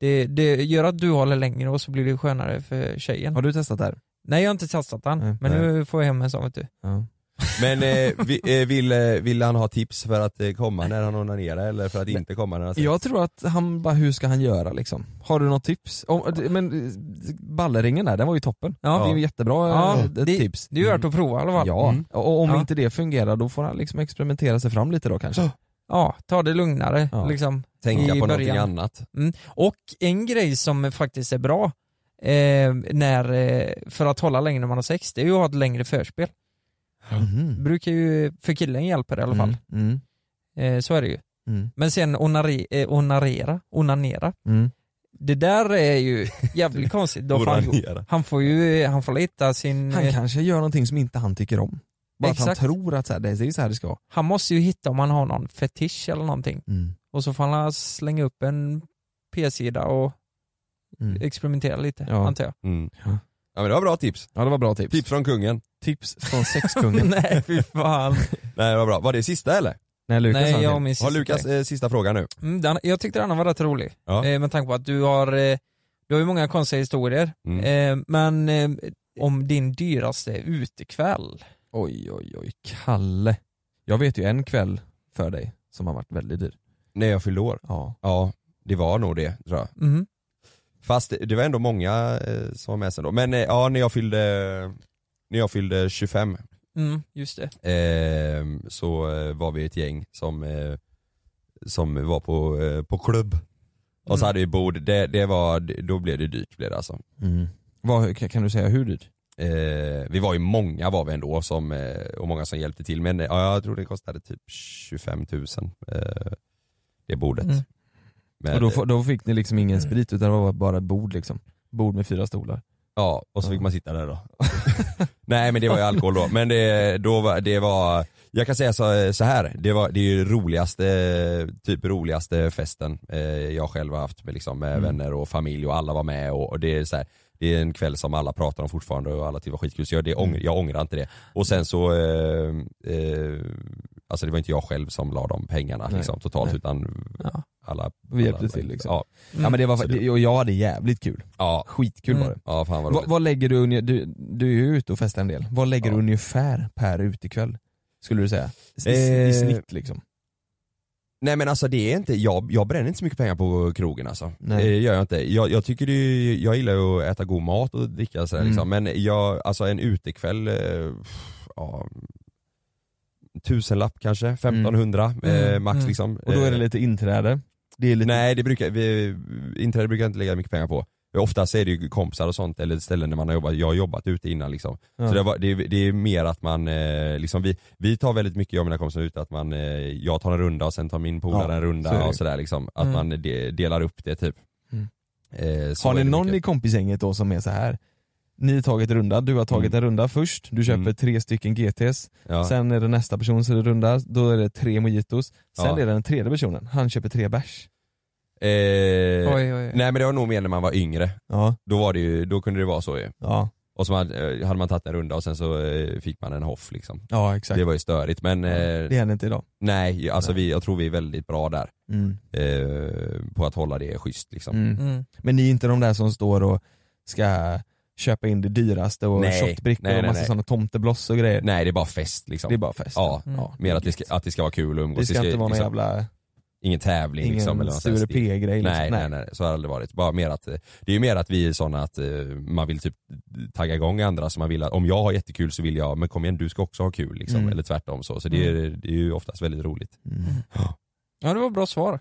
Speaker 6: det, det gör att du håller längre och så blir det skönare för tjejen.
Speaker 8: Har du testat det här?
Speaker 6: Nej jag har inte testat den,
Speaker 8: Nej.
Speaker 6: men nu får jag hem en sån vet du.
Speaker 8: Ja.
Speaker 7: Men eh, vi, eh, vill, eh, vill han ha tips för att eh, komma när han onanerar eller för att inte komma när han har sex?
Speaker 8: Jag tror att han bara, hur ska han göra liksom? Har du något tips? Om, men eh, balleringen där, den var ju toppen.
Speaker 6: Ja.
Speaker 8: Det är ju jättebra
Speaker 6: Ja,
Speaker 8: eh,
Speaker 6: det-
Speaker 8: tips.
Speaker 6: Det är ju värt att prova i alla fall.
Speaker 8: Ja,
Speaker 6: Mm.
Speaker 8: och om
Speaker 6: Ja.
Speaker 8: inte det fungerar då får han liksom experimentera sig fram lite då kanske.
Speaker 6: Ja, ta det lugnare
Speaker 8: Ja.
Speaker 6: liksom.
Speaker 7: Tänka
Speaker 6: i
Speaker 7: på någonting
Speaker 6: början.
Speaker 7: annat.
Speaker 6: Mm. Och en grej som faktiskt är bra eh, när, eh, för att hålla längre när man har sex, det är ju att ha ett längre förspel.
Speaker 8: Mhm.
Speaker 6: Brukar ju för killen hjälpa det i alla fall.
Speaker 8: Mm. Mm.
Speaker 6: Eh, så är det ju.
Speaker 8: Mm.
Speaker 6: Men sen onare, eh, onarera, onanera.
Speaker 8: Mm.
Speaker 6: Det där är ju jävligt konstigt. Då får han,
Speaker 7: Onanera.
Speaker 6: han får ju han får hitta sin...
Speaker 8: Han
Speaker 6: eh,
Speaker 8: kanske gör någonting som inte han tycker om. Bara att
Speaker 6: Exakt.
Speaker 8: han tror att så här, det är så här det ska vara.
Speaker 6: han måste ju hitta om han har någon fetisch eller någonting.
Speaker 8: Mm.
Speaker 6: Och så får han slänga upp en p-sida och
Speaker 8: Mm.
Speaker 6: experimentera lite,
Speaker 8: Ja.
Speaker 6: antar jag.
Speaker 7: Mm.
Speaker 8: Ja.
Speaker 7: Ja men det var bra tips.
Speaker 8: Ja det var bra tips.
Speaker 7: Tips från kungen.
Speaker 8: Tips Typ från sexkungen.
Speaker 6: Nej, fy fan.
Speaker 7: Nej det var bra. Var det sista eller?
Speaker 8: Nej Lukas
Speaker 6: Nej,
Speaker 8: han typ,
Speaker 6: jag
Speaker 8: till.
Speaker 6: minns
Speaker 7: Har Lukas eh, sista fråga nu?
Speaker 6: Mm, den, jag tyckte den var rätt rolig.
Speaker 7: Ja.
Speaker 6: Eh, med tanke på att du har, eh, du har ju många konstiga historier.
Speaker 7: Mm.
Speaker 6: Eh, men eh, om din dyraste utekväll.
Speaker 8: Oj oj oj, Kalle. Jag vet ju en kväll för dig som har varit väldigt dyr.
Speaker 7: När jag fyllde år?
Speaker 8: Ja.
Speaker 7: Ja, det var nog det tror jag.
Speaker 6: Mhm.
Speaker 7: Fast det- det var ändå många eh, som var med sen då. Men eh, ja, när jag fyllde, när jag fyllde 25
Speaker 6: Mm, just det.
Speaker 7: eh, så eh, var vi ett gäng som, eh, som var på, eh, på klubb. Och så
Speaker 6: Mm.
Speaker 7: hade vi bord, det, det var, då blev det dyrt blev det alltså.
Speaker 8: Mm. Vad, kan du säga hur dyr?
Speaker 7: Eh, vi var ju många var vi ändå som, eh, och många som hjälpte till men eh, ja, jag tror det kostade typ 25 000 eh, det bordet.
Speaker 6: Mm.
Speaker 7: Med-
Speaker 8: Och då, får- då fick ni liksom ingen sprit utan det var bara ett bord liksom. Bord med fyra stolar.
Speaker 7: Ja, och så
Speaker 8: Ja.
Speaker 7: fick man sitta där då. Nej men det var ju alkohol då, men det, då var, det var, jag kan säga så, så här, det, var, det är ju roligaste, typ roligaste festen eh, jag själv har haft med, liksom, med
Speaker 8: Mm.
Speaker 7: vänner och familj och alla var med och, och det är så här, det är en kväll som alla pratar om fortfarande och alla tycker var skitkul, så jag, det,
Speaker 8: Mm.
Speaker 7: ång- jag ångrar inte det. Och sen så, eh, eh, alltså det var inte jag själv som la de pengarna
Speaker 8: Nej.
Speaker 7: liksom, totalt
Speaker 8: Nej.
Speaker 7: utan
Speaker 8: Ja.
Speaker 7: alla
Speaker 8: Vi hjälpte till, liksom.
Speaker 7: Ja.
Speaker 8: Ja men det var,
Speaker 6: Mm.
Speaker 7: Så
Speaker 8: det, och jag hade jävligt kul.
Speaker 7: Ja.
Speaker 8: Skitkul var det.
Speaker 7: Ja, fan vad
Speaker 8: Vad,
Speaker 7: roligt.
Speaker 8: vad lägger du, unge- du, du är ju ute och festar en del, vad lägger du ungefär per utekväll? Skulle du säga? I, i
Speaker 7: Eh,
Speaker 8: snitt liksom.
Speaker 7: Nej men alltså det är inte, jag, jag bränner inte så mycket pengar på krogen alltså.
Speaker 8: Nej.
Speaker 7: Det gör jag inte. Jag, jag tycker det är, jag gillar ju att äta god mat och dricka och sådär
Speaker 8: Mm.
Speaker 7: liksom. Men jag, alltså en utekväll, eh, pff, ja, tusenlapp kanske, 1500 eh, max
Speaker 8: Mm.
Speaker 7: liksom.
Speaker 8: Och då är det
Speaker 7: Eh,
Speaker 8: lite inträde. Det är lite...
Speaker 7: Nej, det brukar, vi, inträde brukar jag inte lägga mycket pengar på. Oftast är det ju kompisar och sånt eller ställen där man har jobbat, jag har jobbat ute innan liksom.
Speaker 8: Ja.
Speaker 7: Så det, var, det, det är mer att man, eh, liksom, vi, vi tar väldigt mycket, jag och mina kompisar ut, att man, eh, jag tar en runda och sen tar min polare
Speaker 8: Ja,
Speaker 7: en runda
Speaker 8: så är det ju.
Speaker 7: och sådär liksom. Att
Speaker 8: Mm.
Speaker 7: man de, delar upp det typ.
Speaker 8: Mm.
Speaker 7: Eh, så
Speaker 8: Har ni
Speaker 7: är det
Speaker 8: någon
Speaker 7: mycket.
Speaker 8: i kompisgänget då som är så här ni har tagit en runda, du har tagit en runda först, du köper tre stycken GTs,
Speaker 7: Mm. Ja.
Speaker 8: sen är det nästa persons runda, då är det tre mojitos, sen
Speaker 7: Ja.
Speaker 8: är det den tredje personen, han köper tre bärs.
Speaker 7: Eh,
Speaker 8: Oj, oj.
Speaker 7: Nej men det var nog mer när man var yngre.
Speaker 8: Ja.
Speaker 7: Då, var det ju, då kunde det vara så ju.
Speaker 8: Ja.
Speaker 7: Och så man, eh, hade man tagit en runda och sen så eh, fick man en hoff liksom.
Speaker 8: Ja, exakt.
Speaker 7: Det var ju störigt men... eh,
Speaker 8: Det händer inte idag.
Speaker 7: Nej, alltså Vi, jag tror vi är väldigt bra där.
Speaker 8: Mm.
Speaker 7: Eh, på att hålla det schysst liksom.
Speaker 8: Mm. Men ni är inte de där som står och ska köpa in det dyraste och
Speaker 7: Nej.
Speaker 8: shotbrickor
Speaker 7: Nej,
Speaker 8: och
Speaker 7: nej,
Speaker 8: massa
Speaker 7: nej.
Speaker 8: sådana tomtebloss och grejer.
Speaker 7: Nej det är bara fest liksom.
Speaker 8: Det är bara fest.
Speaker 7: Ja,
Speaker 8: Mm.
Speaker 7: ja. mer att det, ska, att det ska vara kul och umgås.
Speaker 8: Det ska inte vara någon
Speaker 7: liksom-
Speaker 8: jävla-
Speaker 7: Ingen tävling
Speaker 8: ingen
Speaker 7: liksom. eller någon sån
Speaker 8: Sture
Speaker 7: stil.
Speaker 8: P-grej, liksom.
Speaker 7: Nej, nej,
Speaker 8: Nej.
Speaker 7: nej, så har det aldrig varit. Bara mer att, eh, det är ju mer att vi är sådana att eh, man vill typ tagga igång andra så man vill att, om jag har jättekul så vill jag, men kom igen du ska också ha kul liksom.
Speaker 8: Mm.
Speaker 7: Eller tvärtom så. Så det är, det är ju oftast väldigt roligt.
Speaker 6: Ja, det var bra svar.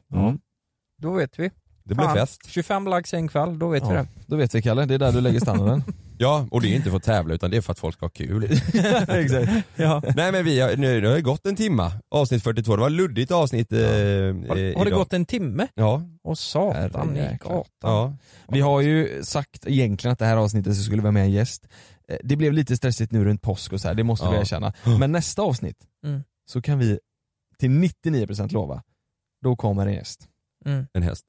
Speaker 6: Då vet vi.
Speaker 7: Det blev
Speaker 6: Fan,
Speaker 7: fest.
Speaker 6: 25 lax en kväll, då vet vi det.
Speaker 8: Då vet vi Kalle, det är där du lägger standarden.
Speaker 7: Ja, och det är inte för att tävla utan det är för att folk ska ha kul.
Speaker 8: Exakt. Ja.
Speaker 7: Nej men vi har, nu, nu har det gått en timma, avsnitt 42. Det var ett luddigt avsnitt eh,
Speaker 6: Har,
Speaker 7: eh,
Speaker 6: har det
Speaker 7: idag.
Speaker 6: gått en timme?
Speaker 7: Ja.
Speaker 6: Och satan i
Speaker 8: Herrejäklar.
Speaker 6: gatan.
Speaker 7: Ja.
Speaker 8: Vi har ju sagt egentligen att det här avsnittet så skulle vi ha med en gäst. Eh, Det blev lite stressigt nu runt påsk och så här, det måste vi
Speaker 7: Ja.
Speaker 8: erkänna. Men nästa avsnitt
Speaker 6: Mm.
Speaker 8: så kan vi till 99% lova, då kommer en gäst.
Speaker 6: Mm.
Speaker 7: En häst.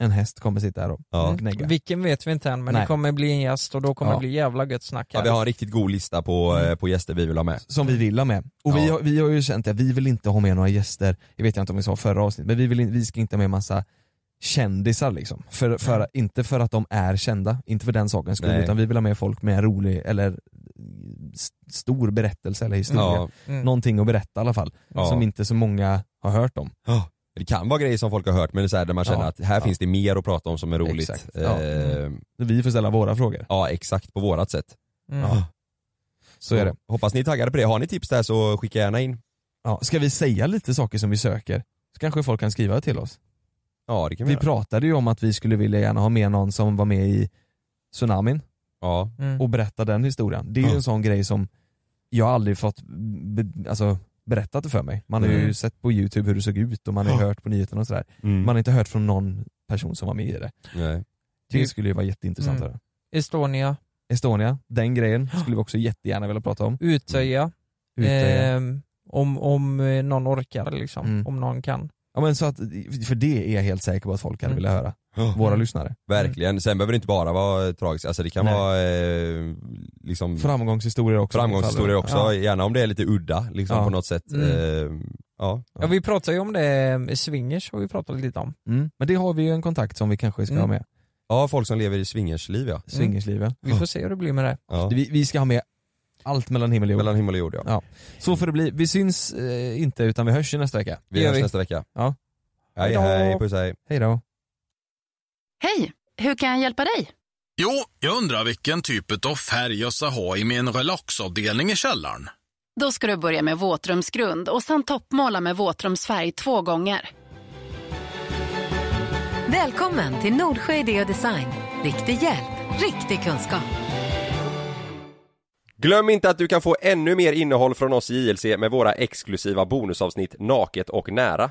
Speaker 8: En häst kommer sitta här och
Speaker 7: Ja.
Speaker 8: gnägga.
Speaker 6: Vilken vet vi inte än, men
Speaker 8: Nej.
Speaker 6: det kommer bli en gäst och då kommer
Speaker 8: Ja.
Speaker 6: det bli jävla gött snack
Speaker 7: Ja,
Speaker 6: här.
Speaker 7: vi har en riktigt god lista på,
Speaker 8: Mm.
Speaker 7: eh, på gäster vi vill ha med.
Speaker 8: Som vi vill ha med. Och vi, har, vi har ju känt att vi vill inte ha med några gäster, det vet jag inte om vi sa förra avsnittet, men vi, vill, in- vi ska inte ha med massa kändisar liksom. För, för, inte för att de är kända, inte för den sakens skull,
Speaker 7: Nej.
Speaker 8: utan vi vill ha med folk med en rolig eller s- stor berättelse eller historia.
Speaker 7: Ja. Mm.
Speaker 8: Någonting att berätta i alla fall,
Speaker 7: Ja.
Speaker 8: som inte så många har hört om.
Speaker 7: Ja. Det kan vara grejer som folk har hört men det är så här, där man känner
Speaker 8: Ja.
Speaker 7: att här
Speaker 8: Ja.
Speaker 7: finns det mer att prata om som är roligt.
Speaker 8: Exakt. Ja.
Speaker 7: Eh,
Speaker 8: Så Vi får ställa våra frågor.
Speaker 7: ja exakt, på vårat sätt.
Speaker 6: Mm.
Speaker 8: Ja. Så är det.
Speaker 7: Hoppas ni är taggade på det. Har ni tips där så skicka gärna in.
Speaker 8: Ja. Ska vi säga lite saker som vi söker? Så kanske folk kan skriva till oss.
Speaker 7: Ja det kan vi,
Speaker 8: Vi
Speaker 7: göra.
Speaker 8: pratade ju om att vi skulle vilja gärna ha med någon som var med i tsunamin
Speaker 7: Ja.
Speaker 6: mm.
Speaker 8: och berätta den historien. Det är ju
Speaker 7: Mm. Ja.
Speaker 8: en sån grej som jag aldrig fått be, alltså, berättat det för mig. Man har ju
Speaker 7: Mm.
Speaker 8: sett på youtube hur det såg ut och man har
Speaker 7: Ja.
Speaker 8: hört på nyheterna och sådär.
Speaker 7: Mm.
Speaker 8: Man har inte hört från någon person som var med i det.
Speaker 7: Nej.
Speaker 8: Det skulle ju vara jätteintressant
Speaker 6: Mm.
Speaker 8: att höra.
Speaker 6: Estonia,
Speaker 8: Estonia, den grejen skulle vi också jättegärna vilja prata om.
Speaker 6: Utöja,
Speaker 7: Eh.
Speaker 8: Utöja.
Speaker 6: Ehm, om, om eh, någon orkar liksom,
Speaker 8: Mm.
Speaker 6: om någon kan.
Speaker 8: Ja, men så att, för det är jag helt säker på att folk hade
Speaker 6: Mm.
Speaker 8: vilja höra.
Speaker 7: Ja.
Speaker 8: Våra lyssnare.
Speaker 7: Verkligen. Sen behöver det inte bara vara tragiskt, alltså det kan
Speaker 8: Nej.
Speaker 7: vara eh, liksom
Speaker 8: Framgångshistorier också.
Speaker 7: framgångshistorier också.
Speaker 8: Ja.
Speaker 7: Gärna om det är lite udda liksom
Speaker 8: Ja.
Speaker 7: på något sätt.
Speaker 6: Mm.
Speaker 7: Eh, ja.
Speaker 6: Ja, vi pratade ju om det, eh, swingers har vi pratat lite om.
Speaker 8: Mm. Men det har vi ju en kontakt som vi kanske ska
Speaker 6: Mm.
Speaker 8: ha med.
Speaker 7: ja, folk som lever i swingersliv ja. Mm.
Speaker 8: Swingersliv ja.
Speaker 6: Vi får se hur det blir med det.
Speaker 7: ja.
Speaker 8: Vi, vi ska ha med allt mellan himmel och jord.
Speaker 7: Mellan himmel och jord ja.
Speaker 8: Ja. Så får det bli. Vi syns eh, inte utan vi hörs ju nästa vecka.
Speaker 7: Vi
Speaker 8: Det gör
Speaker 7: hörs nästa vecka.
Speaker 8: Ja.
Speaker 7: Hej hej, puss hej.
Speaker 8: Hej då.
Speaker 3: Hej! Hur kan jag hjälpa dig?
Speaker 2: Jo, jag undrar vilken typ av färg jag ska ha i min relaxavdelning i källaren.
Speaker 3: Då ska du börja med våtrumsgrund och sen toppmåla med våtrumsfärg två gånger.
Speaker 4: Välkommen till Nordsjö Idé och Design. Riktig hjälp, riktig kunskap.
Speaker 7: Glöm inte att du kan få ännu mer innehåll från oss i JLC med våra exklusiva bonusavsnitt Naket och nära.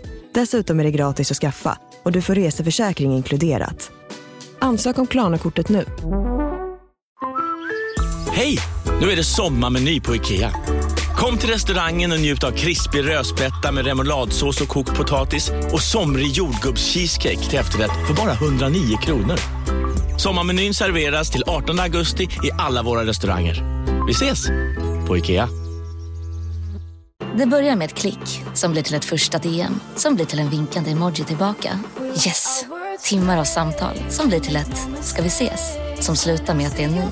Speaker 1: Dessutom är det gratis att skaffa och du får reseförsäkring inkluderat. Ansök om Klarna-kortet nu.
Speaker 9: Hej! Nu är det sommarmeny på IKEA. Kom till restaurangen och njut av krispig rödspätta med remouladsås och kokt potatis och somrig jordgubbscheesecake till efterrätt för bara 109 kronor. Sommarmenyn serveras till 18 augusti i alla våra restauranger. Vi ses! På IKEA.
Speaker 8: Det börjar med ett klick som blir till ett första DM som blir till en vinkande emoji tillbaka. Yes! Timmar av samtal som blir till ett “ska vi ses?” som slutar med att det är ni.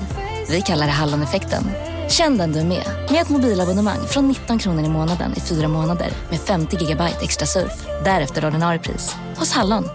Speaker 8: Vi kallar det Halloneffekten. Känn den du är med, med ett mobilabonnemang från 19 kronor i månaden i fyra månader med 50 gigabyte extra surf. Därefter ordinarie pris, hos Hallon.